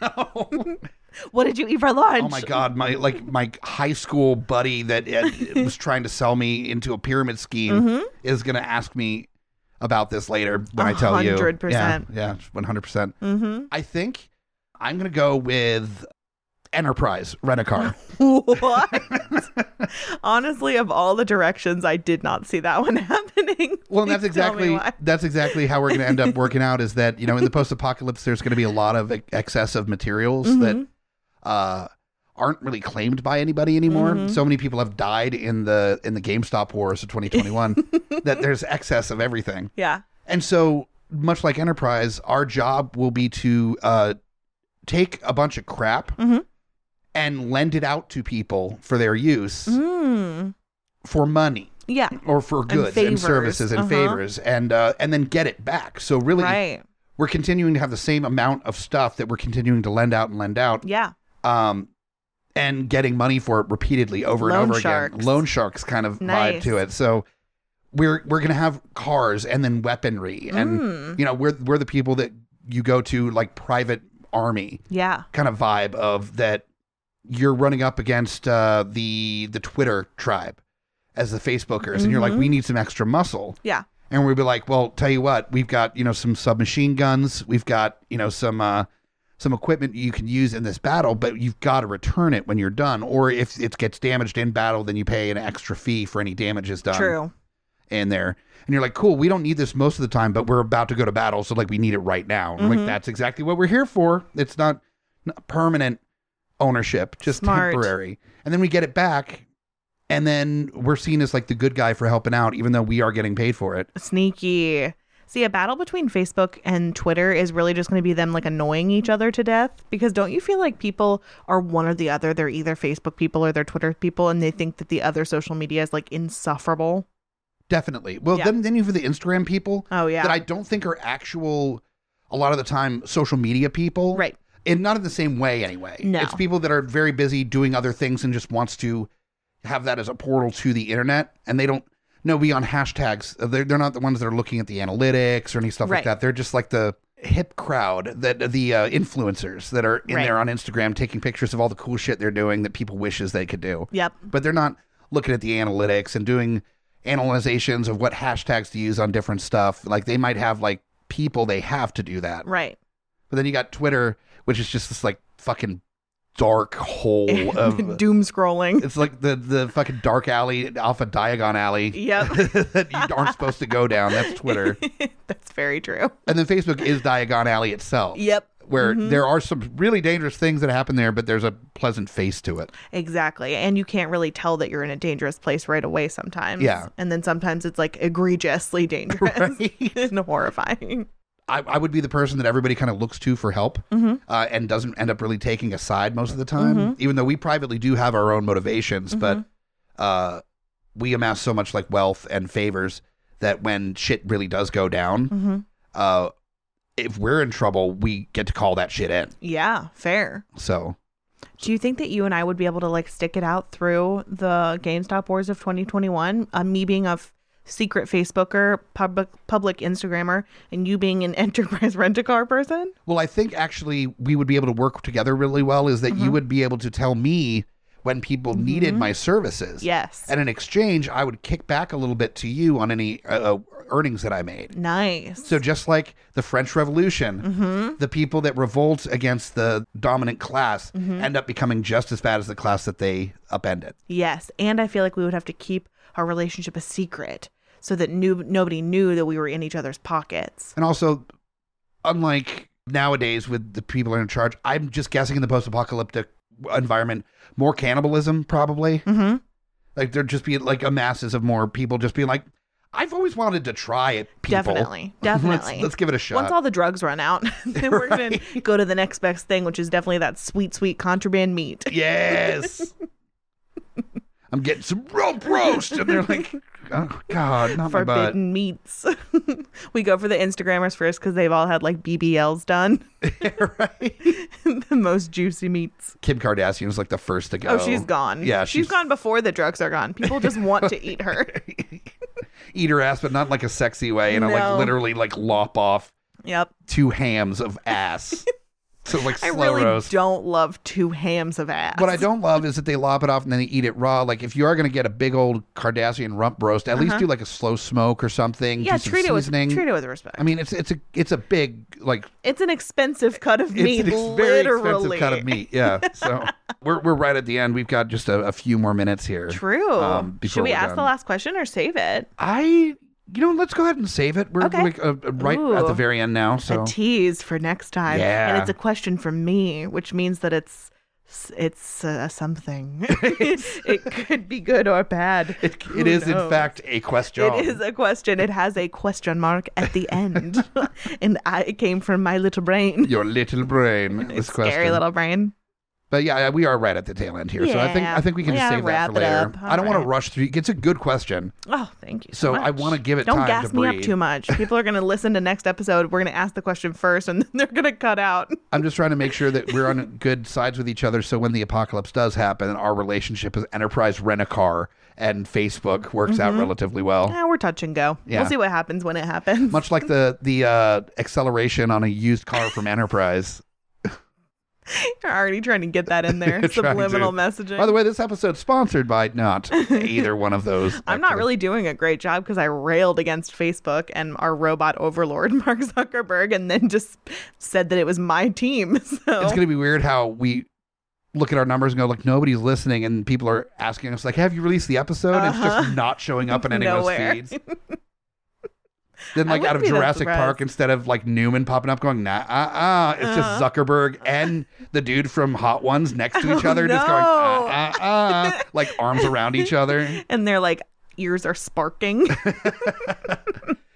B: what did you eat for lunch?
A: Oh my god, my like my high school buddy that uh, [LAUGHS] was trying to sell me into a pyramid scheme is going to ask me about this later when I tell you.
B: 100%.
A: Yeah, yeah, 100%.
B: Mm-hmm.
A: I think I'm going to go with Enterprise rent a car.
B: What? [LAUGHS] Honestly, of all the directions, I did not see that one [LAUGHS] happening.
A: Well, and that's
B: Please [LAUGHS] tell me
A: exactly
B: why.
A: that's exactly how we're going to end up working out is that, you know, in the post-apocalypse there's going to be a lot of e, excess of materials
B: Mm-hmm.
A: that uh aren't really claimed by anybody anymore.
B: Mm-hmm.
A: So many people have died in the in the GameStop wars of
B: [LAUGHS]
A: 2021 that there's excess of everything.
B: Yeah.
A: And so, much like Enterprise, our job will be to uh, take a bunch of crap
B: Mhm.
A: and lend it out to people for their use
B: Mm.
A: for money
B: Yeah.
A: or for goods and,
B: favors.
A: services and
B: Uh-huh.
A: favors, and uh, and then get it back. So really,
B: Right.
A: we're continuing to have the same amount of stuff that we're continuing to lend out and lend out,
B: Yeah.
A: um, and getting money for it repeatedly over
B: Loan
A: and over
B: sharks.
A: again. Loan sharks kind of vibe
B: Nice.
A: to it. So. We're, we're gonna have cars and then weaponry and
B: Mm.
A: you know we're we're the people that you go to like private army
B: Yeah.
A: kind of vibe of that you're running up against uh, the the Twitter tribe as the Facebookers, and you're like, we need some extra muscle.
B: Yeah.
A: And we'd be like, well, tell you what, we've got you know some submachine guns, we've got you know some uh, some equipment you can use in this battle, but you've got to return it when you're done, or if it gets damaged in battle, then you pay an extra fee for any damages done
B: True.
A: in there. And you're like, cool, we don't need this most of the time, but we're about to go to battle, so like we need it right now. And, Like that's exactly what we're here for. It's not, not permanent ownership, just
B: Smart.
A: temporary. And then we get it back, and then we're seen as like the good guy for helping out, even though we are getting paid for it.
B: Sneaky. See, a battle between Facebook and Twitter is really just going to be them like annoying each other to death because don't you feel like people are one or the other? They're either Facebook people or they're Twitter people, and they think that the other social media is like insufferable.
A: Definitely. Well,
B: Yeah.
A: then then you have the Instagram people
B: Oh, yeah.
A: that I don't think are actual a lot of the time social media people.
B: Right.
A: And not in the same way anyway.
B: No.
A: It's people that are very busy doing other things and just wants to have that as a portal to the internet and they don't know beyond hashtags. Uh, They're they're not the ones that are looking at the analytics or any stuff
B: Right.
A: like that. They're just like the hip crowd that the uh, influencers that are in
B: Right.
A: there on Instagram taking pictures of all the cool shit they're doing that people wishes they could do
B: Yep.
A: but they're not looking at the analytics and doing analyzations of what hashtags to use on different stuff. Like they might have like people they have to do that.
B: Right.
A: But then you got Twitter, which is just this like fucking dark
B: [LAUGHS]
A: hole of
B: Doom
A: [LAUGHS]
B: scrolling.
A: it's like the the fucking dark alley off a Diagon alley.
B: [LAUGHS] Yep.
A: that you aren't supposed to go down. That's Twitter.
B: [LAUGHS] That's very true.
A: And then Facebook is Diagon Alley itself.
B: Yep.
A: Where there are some really dangerous things that happen there, but there's a pleasant face to it.
B: Exactly. And you can't really tell that you're in a dangerous place right away sometimes.
A: Yeah.
B: And then sometimes it's like egregiously [LAUGHS] dangerous [LAUGHS] and horrifying.
A: I, I would be the person that everybody kind of looks to for help uh, and doesn't end up really taking a side most of the time, even though we privately do have our own motivations. But uh, we amass so much like wealth and favors that when shit really does go down, uh, if we're in trouble, we get to call that shit in.
B: Yeah, fair.
A: So
B: Do you think that you and I would be able to like stick it out through the GameStop wars of 2021? Uh, me being a f- secret Facebooker, public public Instagrammer, and you being an [LAUGHS] enterprise rent a car person?
A: Well, I think actually we would be able to work together really well is that you would be able to tell me when people needed my services.
B: Yes.
A: And in exchange, I would kick back a little bit to you on any uh, uh, earnings that I made.
B: Nice.
A: So just like the French Revolution, the people that revolt against the dominant class end up becoming just as bad as the class that they upended.
B: Yes, and I feel like we would have to keep our relationship a secret so that new nobody knew that we were in each other's pockets.
A: And also, unlike nowadays with the people in charge, I'm just guessing in the post-apocalyptic environment, more cannibalism probably.
B: Mhm.
A: Like there'd just be like a masses of more people just being like, I've always wanted to try it. People.
B: Definitely,
A: [LAUGHS] Let's-
B: definitely.
A: let's, give it a shot.
B: Once all the drugs run out, [LAUGHS] then we're gonna go to the next best thing, which is definitely that sweet, sweet contraband meat. [LAUGHS]
A: yes. I'm getting some rump roast, and they're like, "Oh God, not my butt."
B: Forbidden meats. [LAUGHS] we go for the Instagrammers first because they've all had like BBLs done. [LAUGHS]
A: [LAUGHS]
B: the most juicy meats.
A: Kim Kardashian was like the first to go.
B: Oh, she's gone.
A: Yeah,
B: she's gone before the drugs are gone. People just want to
A: [LAUGHS]
B: eat her.
A: Eat her ass, but not in, like a sexy way. You know,
B: No.
A: like literally like lop off
B: Yep.
A: two hams of
B: [LAUGHS]
A: ass. so like slow
B: I really
A: roast.
B: don't love two hams of ass.
A: What I don't love is that they lop it off and then they eat it raw. Like if you are going to get a big old Kardashian rump roast, at least do like a slow smoke or something.
B: Uh-huh. yeah,
A: do some
B: treat it with
A: seasoning.
B: treat it with respect.
A: I mean, it's it's a it's a big like
B: it's an expensive cut of
A: [LAUGHS]
B: meat,
A: it's an ex- very
B: literally.
A: expensive cut of meat. um, Yeah, so
B: [LAUGHS]
A: we're we're right at the end. We've got just a, a few more minutes here.
B: True.
A: Um, before
B: Should we
A: we're
B: ask the
A: done.
B: last question or save it?
A: I you know let's go ahead and save it. We're
B: Okay.
A: like, uh, uh, right at
B: Ooh.
A: the very end now. So
B: A tease for next time.
A: Yeah.
B: And it's a question from me, which means that it's it's
A: [LAUGHS]
B: uh, something. [LAUGHS] it could be good or bad.
A: it,
B: Who
A: it is in
B: knows?
A: fact a question.
B: It is a question. It has a question mark at the end, [LAUGHS] and I it came from my little brain,
A: [LAUGHS] your little
B: [LAUGHS]
A: brain. This question.
B: scary little brain.
A: But yeah, we are right at the tail end here, so I think
B: Yeah.
A: I think we can
B: Yeah,
A: just save that
B: wrap
A: for
B: it
A: later.
B: up.
A: I don't want to
B: Alright.
A: rush through. It's a good question.
B: Oh, thank you. So,
A: So I
B: much.
A: wanna give it
B: Don't
A: time
B: gas
A: to
B: me
A: breathe.
B: up too much. People are gonna listen to next episode. We're gonna ask the question first, and then they're gonna cut out.
A: I'm just trying to make sure that we're
B: [LAUGHS]
A: on good sides with each other. So when the apocalypse does happen, our relationship as Enterprise Rent a Car and Facebook works out relatively well.
B: Ah, we're touch and go.
A: Yeah.
B: We'll see what happens when it happens. [LAUGHS]
A: Much like the the uh, acceleration on a used car from Enterprise.
B: You're already trying to get that in
A: [LAUGHS]
B: there.
A: Trying to.
B: Subliminal messaging.
A: By the way, this episode's sponsored by
B: [LAUGHS]
A: not either one of those.
B: I'm not
A: actually.
B: really doing a great job because I railed against Facebook and our robot overlord, [LAUGHS] Mark Zuckerberg, and then just said that it was my team. [LAUGHS] So
A: It's going to be weird how we look at our numbers and go like nobody's listening, and people are asking us like, "Have you released the episode?" And it's
B: Uh-huh.
A: just not showing up in anyone's
B: Nowhere.
A: feeds.
B: [LAUGHS]
A: Then
B: I
A: like out
B: wouldn't
A: of
B: be that
A: Jurassic Park,
B: surprised.
A: instead of like Newman popping up going nah ah ah, it's just
B: Uh-huh.
A: Zuckerberg and the dude from Hot Ones next to each
B: [LAUGHS] Oh,
A: other, just going
B: no.
A: ah ah ah, like arms around each
B: [LAUGHS]
A: other,
B: and they're like, ears
A: [LAUGHS]
B: are sparking.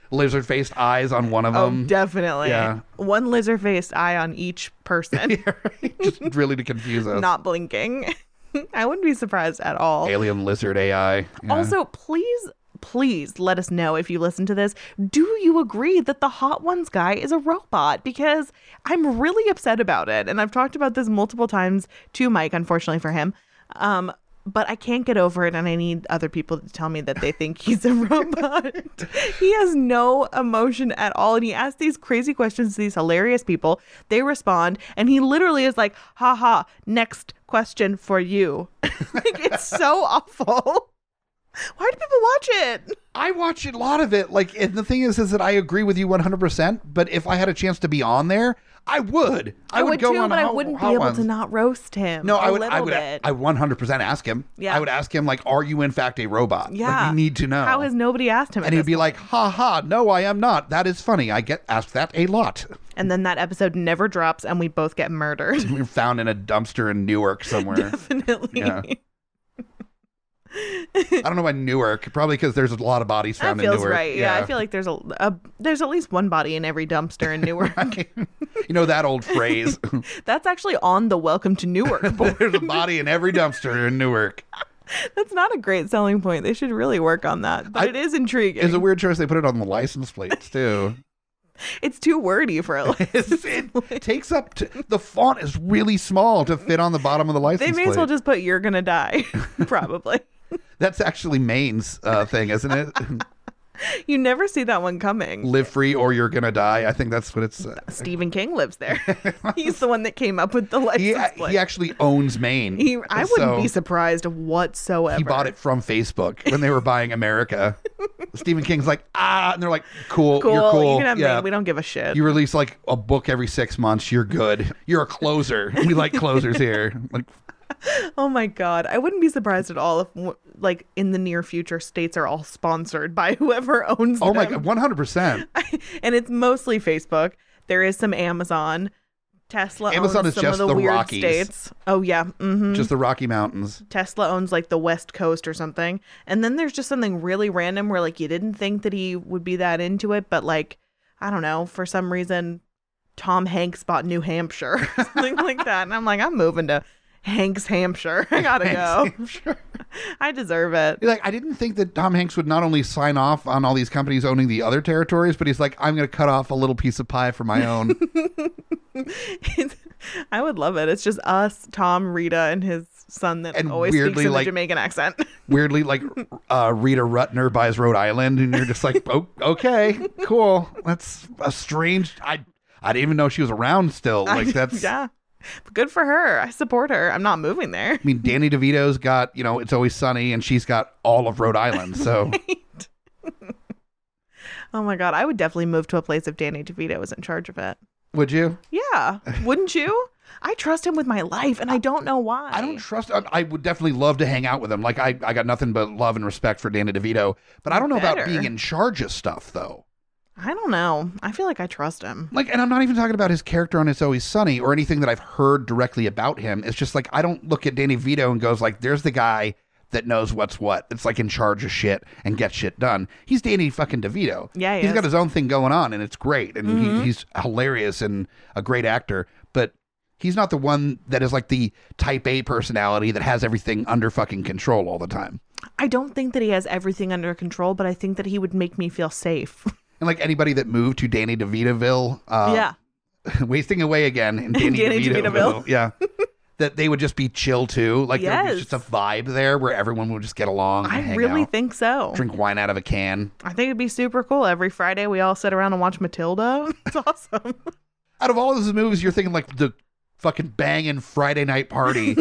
A: lizard faced eyes on one of
B: oh,
A: them.
B: [LAUGHS] definitely.
A: Um, yeah.
B: One lizard faced eye on each
A: [LAUGHS]
B: person,
A: just really to confuse us.
B: not blinking. [LAUGHS] I wouldn't be surprised at all.
A: Alien lizard AI. Yeah.
B: Also, please, please let us know if you listen to this. Do you agree that the Hot Ones guy is a robot? Because I'm really upset about it. And I've talked about this multiple times to Mike, unfortunately for him. Um, but I can't get over it, and I need other people to tell me that they think he's a robot. he has no emotion at all, and he asks these crazy questions to these hilarious people. They respond, and he literally is like, "Ha ha! Next question for you." [LAUGHS] like it's so awful. Why do people watch it?
A: I watch a lot of it. Like, and the thing is, is that I agree with you 100%. But if I had a chance to be on there, I would. I, would, go
B: too,
A: on
B: but I
A: Hot-
B: wouldn't be
A: Hot
B: able
A: Ones.
B: to not roast him.
A: No,
B: I
A: I would.
B: Little
A: I would.
B: Bit.
A: I 100% ask him.
B: Yeah.
A: I would ask him like, "Are you in fact a robot?
B: yeah,
A: like, you need to know."
B: How has nobody asked him? at
A: and he'd
B: this
A: be like, "Ha ha! No, I am not. That is funny. I get asked that a lot. [LAUGHS]
B: point? and then that episode never drops, and we both
A: [LAUGHS]
B: get murdered. [LAUGHS]
A: We were found in a dumpster in Newark somewhere.
B: Definitely.
A: Yeah. I don't know why Newark. Probably because there's a lot of bodies
B: That
A: found in
B: feels
A: Newark.
B: right. Yeah. I feel like there's a, a there's at least one body in every dumpster
A: [LAUGHS]
B: in Newark.
A: [LAUGHS]
B: [LAUGHS]
A: you know that old phrase. [LAUGHS]
B: That's actually on the Welcome to Newark board.
A: there's a body in every dumpster in Newark.
B: That's not a great selling point. They should really work on that. But
A: I-
B: it is intriguing.
A: It's a weird choice. They put it on the license plates
B: [LAUGHS]
A: too.
B: it's too wordy
A: [LAUGHS]
B: for a.
A: It's- it takes up t- the font is really small to fit on the bottom of the license
B: they may
A: plate.
B: as well just put "You're
A: [LAUGHS]
B: gonna die," [LAUGHS] probably.
A: That's actually Maine's uh, thing, isn't
B: [LAUGHS]
A: it?
B: You never see that one coming.
A: Live free or you're gonna die. I think that's what it's. Uh,
B: Stephen King
A: [LAUGHS]
B: lives there. He's the one that came up with the
A: he
B: license plate.
A: he actually owns Maine.
B: He- I wouldn't
A: So
B: be surprised whatsoever.
A: He bought it from Facebook when they were buying
B: [LAUGHS]
A: America. Stephen King's like ah, and they're like cool,
B: Cool.
A: you're cool.
B: You can have
A: yeah.
B: Maine. We don't give a shit.
A: you release like a book every six months. You're good. You're a closer. We like closers here. Like
B: oh my god, I wouldn't be surprised at all if, w- like, in the near future, states are all sponsored by [LAUGHS] whoever owns
A: oh my
B: them.
A: god, one hundred percent.
B: and it's mostly Facebook. There is some Amazon. Tesla
A: Amazon
B: owns
A: is
B: some
A: just
B: of the,
A: the
B: weird
A: Rockies.
B: states. Oh yeah, hmm
A: Just the Rocky Mountains.
B: Tesla owns like the West Coast or something. And then there's just something really random where like you didn't think that he would be that into it, but like I don't know, for some reason Tom Hanks bought New Hampshire or [LAUGHS] something like that. And I'm like, I'm moving to Hanks, Hampshire. [LAUGHS] I gotta go.
A: Sure.
B: [LAUGHS] I deserve it.
A: You're like, I didn't think that Tom Hanks would not only sign off on all these companies owning the other territories, but he's like, I'm going to cut off a little piece of pie for my own.
B: I would love it. It's just us, Tom, Rita, and his son that
A: And
B: always
A: weirdly,
B: speaks in
A: like-
B: the Jamaican accent.
A: Weirdly, like uh, Rita Rutner buys Rhode Island, and you're just like, oh, okay, cool. That's a strange. I I didn't even know she was around still.
B: [LAUGHS]
A: Like that's.
B: yeah. But good for her. I support her. I'm not moving there.
A: I mean, Danny DeVito's got you know, it's always sunny, and she's got all of Rhode Island. So
B: Oh my god, I would definitely move to a place if Danny DeVito was in charge of it.
A: would you? [LAUGHS]
B: Yeah, wouldn't you? I trust him with my life, and I don't know why.
A: I don't trust. um, I, I would definitely love to hang out with him. Like I, I got nothing but love and respect for Danny DeVito, but I don't know about
B: Better.
A: being in charge of stuff though.
B: I don't know. I feel like I trust him.
A: Like, and I'm not even talking about his character on It's Always Sunny or anything that I've heard directly about him. It's just like I don't look at Danny DeVito and goes like, "There's the guy that knows what's what. It's like in charge of shit and gets shit done." He's Danny fucking DeVito.
B: Yeah, he
A: he's got
B: is. Mm-hmm.
A: his own thing going on, and it's great, and he, he's hilarious and a great actor, but. He's not the one that is like the type A personality that has everything under fucking control all the time.
B: I don't think that he has everything under control, but I think that he would make me feel safe. [LAUGHS]
A: And like anybody that moved to Danny DeVitoville, uh, [LAUGHS]
B: yeah,
A: wasting away again
B: [LAUGHS]
A: in Danny,
B: Danny
A: DeVitoville. [LAUGHS]
B: DeVitoville.
A: Yeah. that they would just be chill too. Like there was
B: Yes.
A: just a vibe there where everyone would just get along. And
B: I
A: hang
B: really
A: out,
B: think so.
A: drink wine out of a can.
B: I think it'd be super cool. Every Friday, we all sit around and watch Matilda. [LAUGHS] It's awesome.
A: Out of all of those movies, you're thinking like the fucking banging Friday night
B: [LAUGHS]
A: party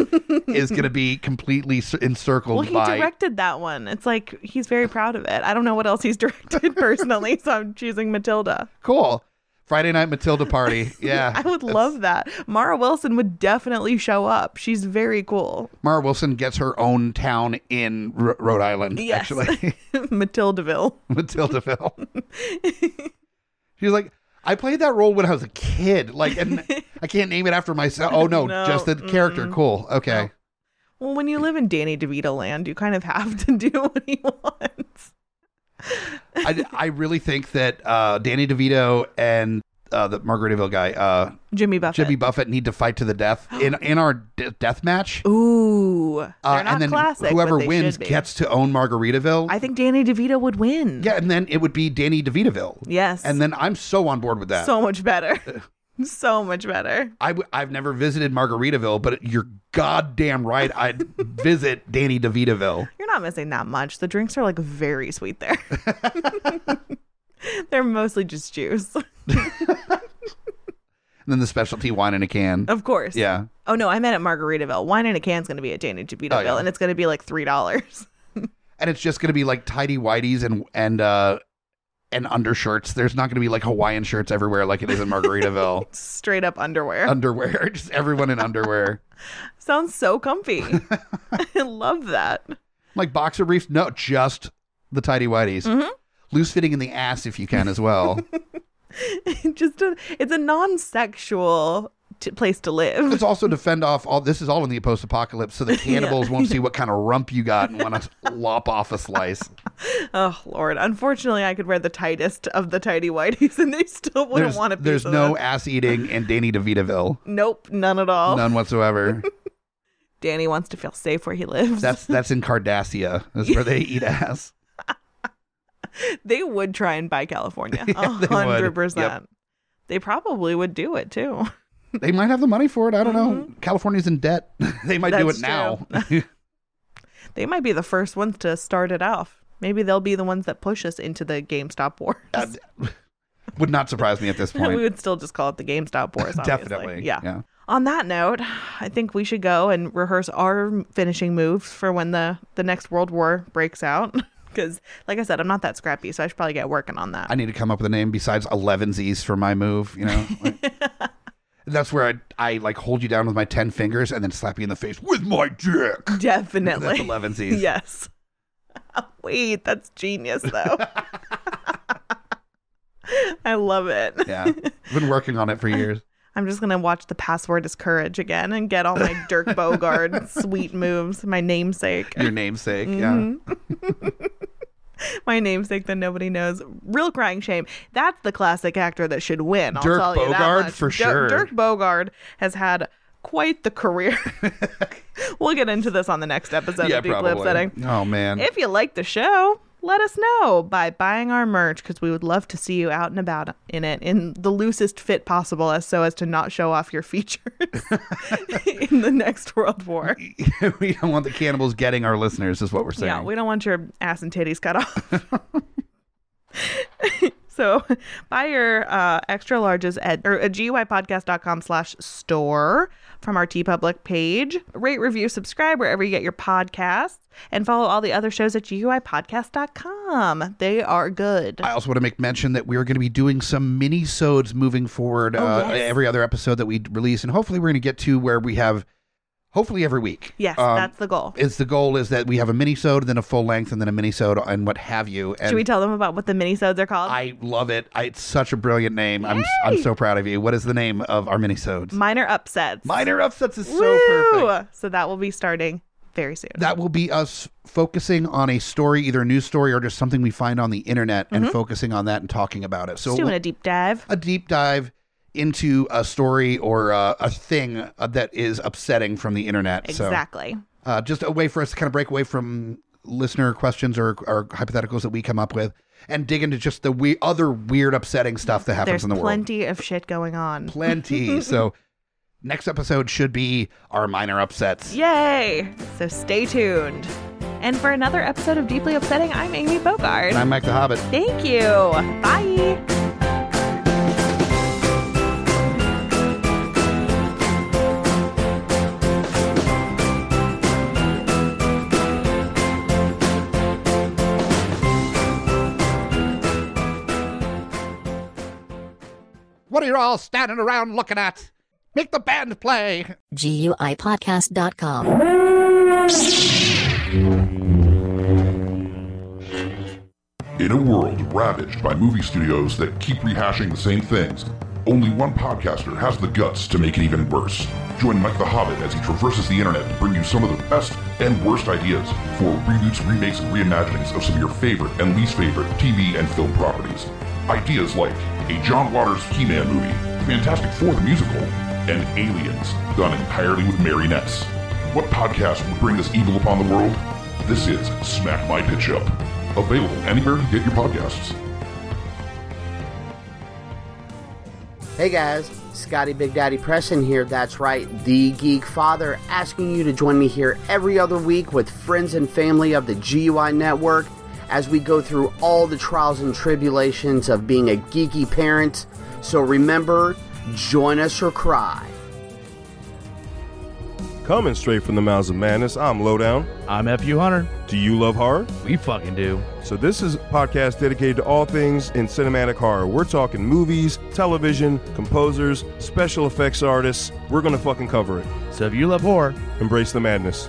A: is going to be completely cir- encircled
B: Well, he
A: by.
B: directed that one. It's like he's very proud of it. I don't know what else he's [LAUGHS] directed personally, so I'm choosing Matilda.
A: cool. Friday night Matilda
B: [LAUGHS]
A: party. Yeah.
B: I would
A: that's-
B: love that. Mara Wilson would definitely show up. She's very cool. [LAUGHS]
A: Mara Wilson gets her own town in R- Rhode Island,
B: Yes.
A: actually,
B: Matildaville.
A: [LAUGHS] Matildaville. She's like, I played that role when I was a kid. Like, and I can't name it after myself. Oh, no,
B: [LAUGHS] No,
A: just the character. Cool. Okay.
B: Well, when you live in Danny DeVito land, you kind of have to do [LAUGHS] what he wants.
A: [LAUGHS] I, I really think that uh, Danny DeVito and uh, the Margaritaville guy, uh,
B: Jimmy Buffett.
A: Jimmy Buffett, need to fight to the
B: [GASPS]
A: death in in our de- death match.
B: Ooh. They're
A: Uh,
B: not
A: and then
B: classic. but
A: whoever
B: they
A: wins
B: should be.
A: gets to own Margaritaville.
B: I think Danny DeVito would win.
A: yeah, and then it would be Danny DeVitaville.
B: Yes.
A: And then I'm so on board with that.
B: so much
A: [LAUGHS]
B: better. [LAUGHS] so much better.
A: I w- I've never visited Margaritaville, but you're goddamn right.
B: [LAUGHS]
A: I'd visit Danny DeVitaville.
B: You're not missing that much. The drinks are like very
A: [LAUGHS]
B: sweet there. [LAUGHS] They're mostly just juice. [LAUGHS]
A: And then the specialty wine in a can.
B: Of course.
A: Yeah.
B: Oh no, I meant at Margaritaville. Wine in a can's gonna be at Danny DeVitaville
A: Oh, yeah.
B: and it's gonna be like three dollars. [LAUGHS]
A: And it's just going to be like tidy whiteys and, and, uh, and undershirts. There's not going to be like Hawaiian shirts everywhere like it is in
B: [LAUGHS]
A: Margaritaville.
B: Straight up underwear.
A: underwear, [LAUGHS] just everyone in underwear.
B: Sounds so
A: [LAUGHS]
B: comfy. I love that. [LAUGHS]
A: Like boxer briefs? No, just the tidy whiteys.
B: Mm-hmm.
A: Loose fitting in the ass if you can as
B: [LAUGHS]
A: well.
B: just a, it's a non-sexual t- place to live. [LAUGHS]
A: Let's also defend off all this is all in the post apocalypse, so the cannibals won't
B: [LAUGHS]
A: see what kind of rump you got and want to lop off a slice.
B: Oh lord. Unfortunately, I could wear the tightest of the tidy whities [LAUGHS] and they still wouldn't
A: there's,
B: want to be
A: There's no ass eating in Danny DeVitaville.
B: Nope, none at all.
A: None
B: [LAUGHS]
A: whatsoever.
B: Danny wants to feel safe where he lives.
A: That's that's in Cardassia. That's where they eat ass.
B: [LAUGHS] they would try and buy California. A
A: [LAUGHS] Yeah, they would.
B: hundred percent. They probably would do it too.
A: They might have the money for it. I don't know. California's in debt. [LAUGHS] they might do it
B: Mm-hmm. That's
A: now. [LAUGHS]
B: They might be the first ones to start it off. Maybe they'll be the ones that push us into the GameStop wars. [LAUGHS]
A: Would not surprise me at this
B: we
A: point.
B: would still just call it the
A: [LAUGHS]
B: GameStop wars. Obviously.
A: Definitely.
B: Yeah. On that note, I think we should go and rehearse our finishing moves for when the the next world war breaks out. [LAUGHS] Because, like I said, I'm not that scrappy, so I should probably get working on that. [LAUGHS]
A: I need to come up with a name besides elevensies for my move. You know, Like, that's where I I like hold you down with my ten fingers and then slap you in the face with my dick.
B: [LAUGHS]
A: That's
B: Definitely.
A: elevensies.
B: yes. [LAUGHS] Wait, that's
A: [LAUGHS]
B: genius, though. [LAUGHS] I love it.
A: yeah. I've been working on it for
B: [LAUGHS]
A: years.
B: I'm just gonna watch the password is courage again and get
A: [LAUGHS]
B: all my Dirk Bogard sweet moves, my namesake,
A: Your namesake.
B: Mm-hmm. my namesake that nobody knows. Real crying shame. That's the classic actor that should win. I'll
A: Dirk
B: tell you that
A: Bogarde
B: much.
A: for
B: Dir-
A: sure.
B: Dirk Bogard has had quite
A: [LAUGHS]
B: the career. we'll get into this on the next
A: Yeah.
B: episode
A: Yeah.
B: of Deeply
A: Probably.
B: Upsetting.
A: Oh man.
B: If you like the show, let us know by buying our merch because we would love to see you out and about in it in the loosest fit possible, as so as to not show off your features [LAUGHS] in the next world war.
A: [LAUGHS] we don't want the cannibals getting our listeners, is what we're saying.
B: Yeah, we don't want your ass and titties cut off. [LAUGHS] so buy your uh, extra larges at or at gypodcast.com slash store from our T Public page. Rate, review, subscribe wherever you get your podcasts, and follow all the other shows at gypodcast.com. They are good.
A: I also want to make mention that we are going to be doing some mini-sodes moving forward. uh,
B: Oh, yes.
A: Every other episode that we release, and hopefully we're going to get to where we have, hopefully every week.
B: yes,
A: Um,
B: that's the goal.
A: Is the goal is that we have a mini-sode, then a full length, and then a mini-sode, and what have you. And
B: Should we tell them about what the minisodes are called?
A: I love it. I, it's such a brilliant name. I'm I'm so proud of you. What is the name of our mini-sodes?
B: Minor upsets.
A: Minor upsets is so
B: Woo!
A: perfect.
B: So that will be starting very soon.
A: That will be us focusing on a story, either a news story or just something we find on the internet, and focusing on that and talking about it. So
B: Mm-hmm. Just doing a deep dive.
A: a deep dive into a story or uh, a thing uh, that is upsetting from the internet.
B: Exactly.
A: So, uh, just a way for us to kind of break away from listener questions or, or hypotheticals that we come up with and dig into just the we- other weird, upsetting stuff that happens
B: There's
A: in the world.
B: plenty of shit going on. [LAUGHS]
A: Plenty. so, next episode should be our minor upsets.
B: Yay! So stay tuned. And for another episode of Deeply Upsetting, I'm Amy Bogard.
A: And I'm Mike the Hobbit.
B: Thank you. Bye.
A: What are you all standing around looking at? Make the band play.
C: GUIPodcast.com.
D: In a world ravaged by movie studios that keep rehashing the same things, only one podcaster has the guts to make it even worse. Join Mike the Hobbit as he traverses the internet to bring you some of the best and worst ideas for reboots, remakes, and reimaginings of some of your favorite and least favorite TV and film properties. Ideas like a John Waters He-Man movie, Fantastic Four the musical, and Aliens, done entirely with marionettes. What podcast would bring this evil upon the world? This is Smack My Pitch Up. Available anywhere you get your podcasts.
E: Hey guys, Scotty Big Daddy Preston here. That's right, the Geek Father, asking you to join me here every other week with friends and family of the GUI Network as we go through all the trials and tribulations of being a geeky parent. So remember, join us or cry.
F: Coming straight from the mouths of madness, I'm Lowdown.
G: I'm FU Hunter.
F: Do you love horror?
G: We fucking do.
F: So this is a podcast dedicated to all things in cinematic horror. We're talking movies, television, composers, special effects artists. We're gonna fucking cover it.
G: So if you love horror,
F: Embrace the madness.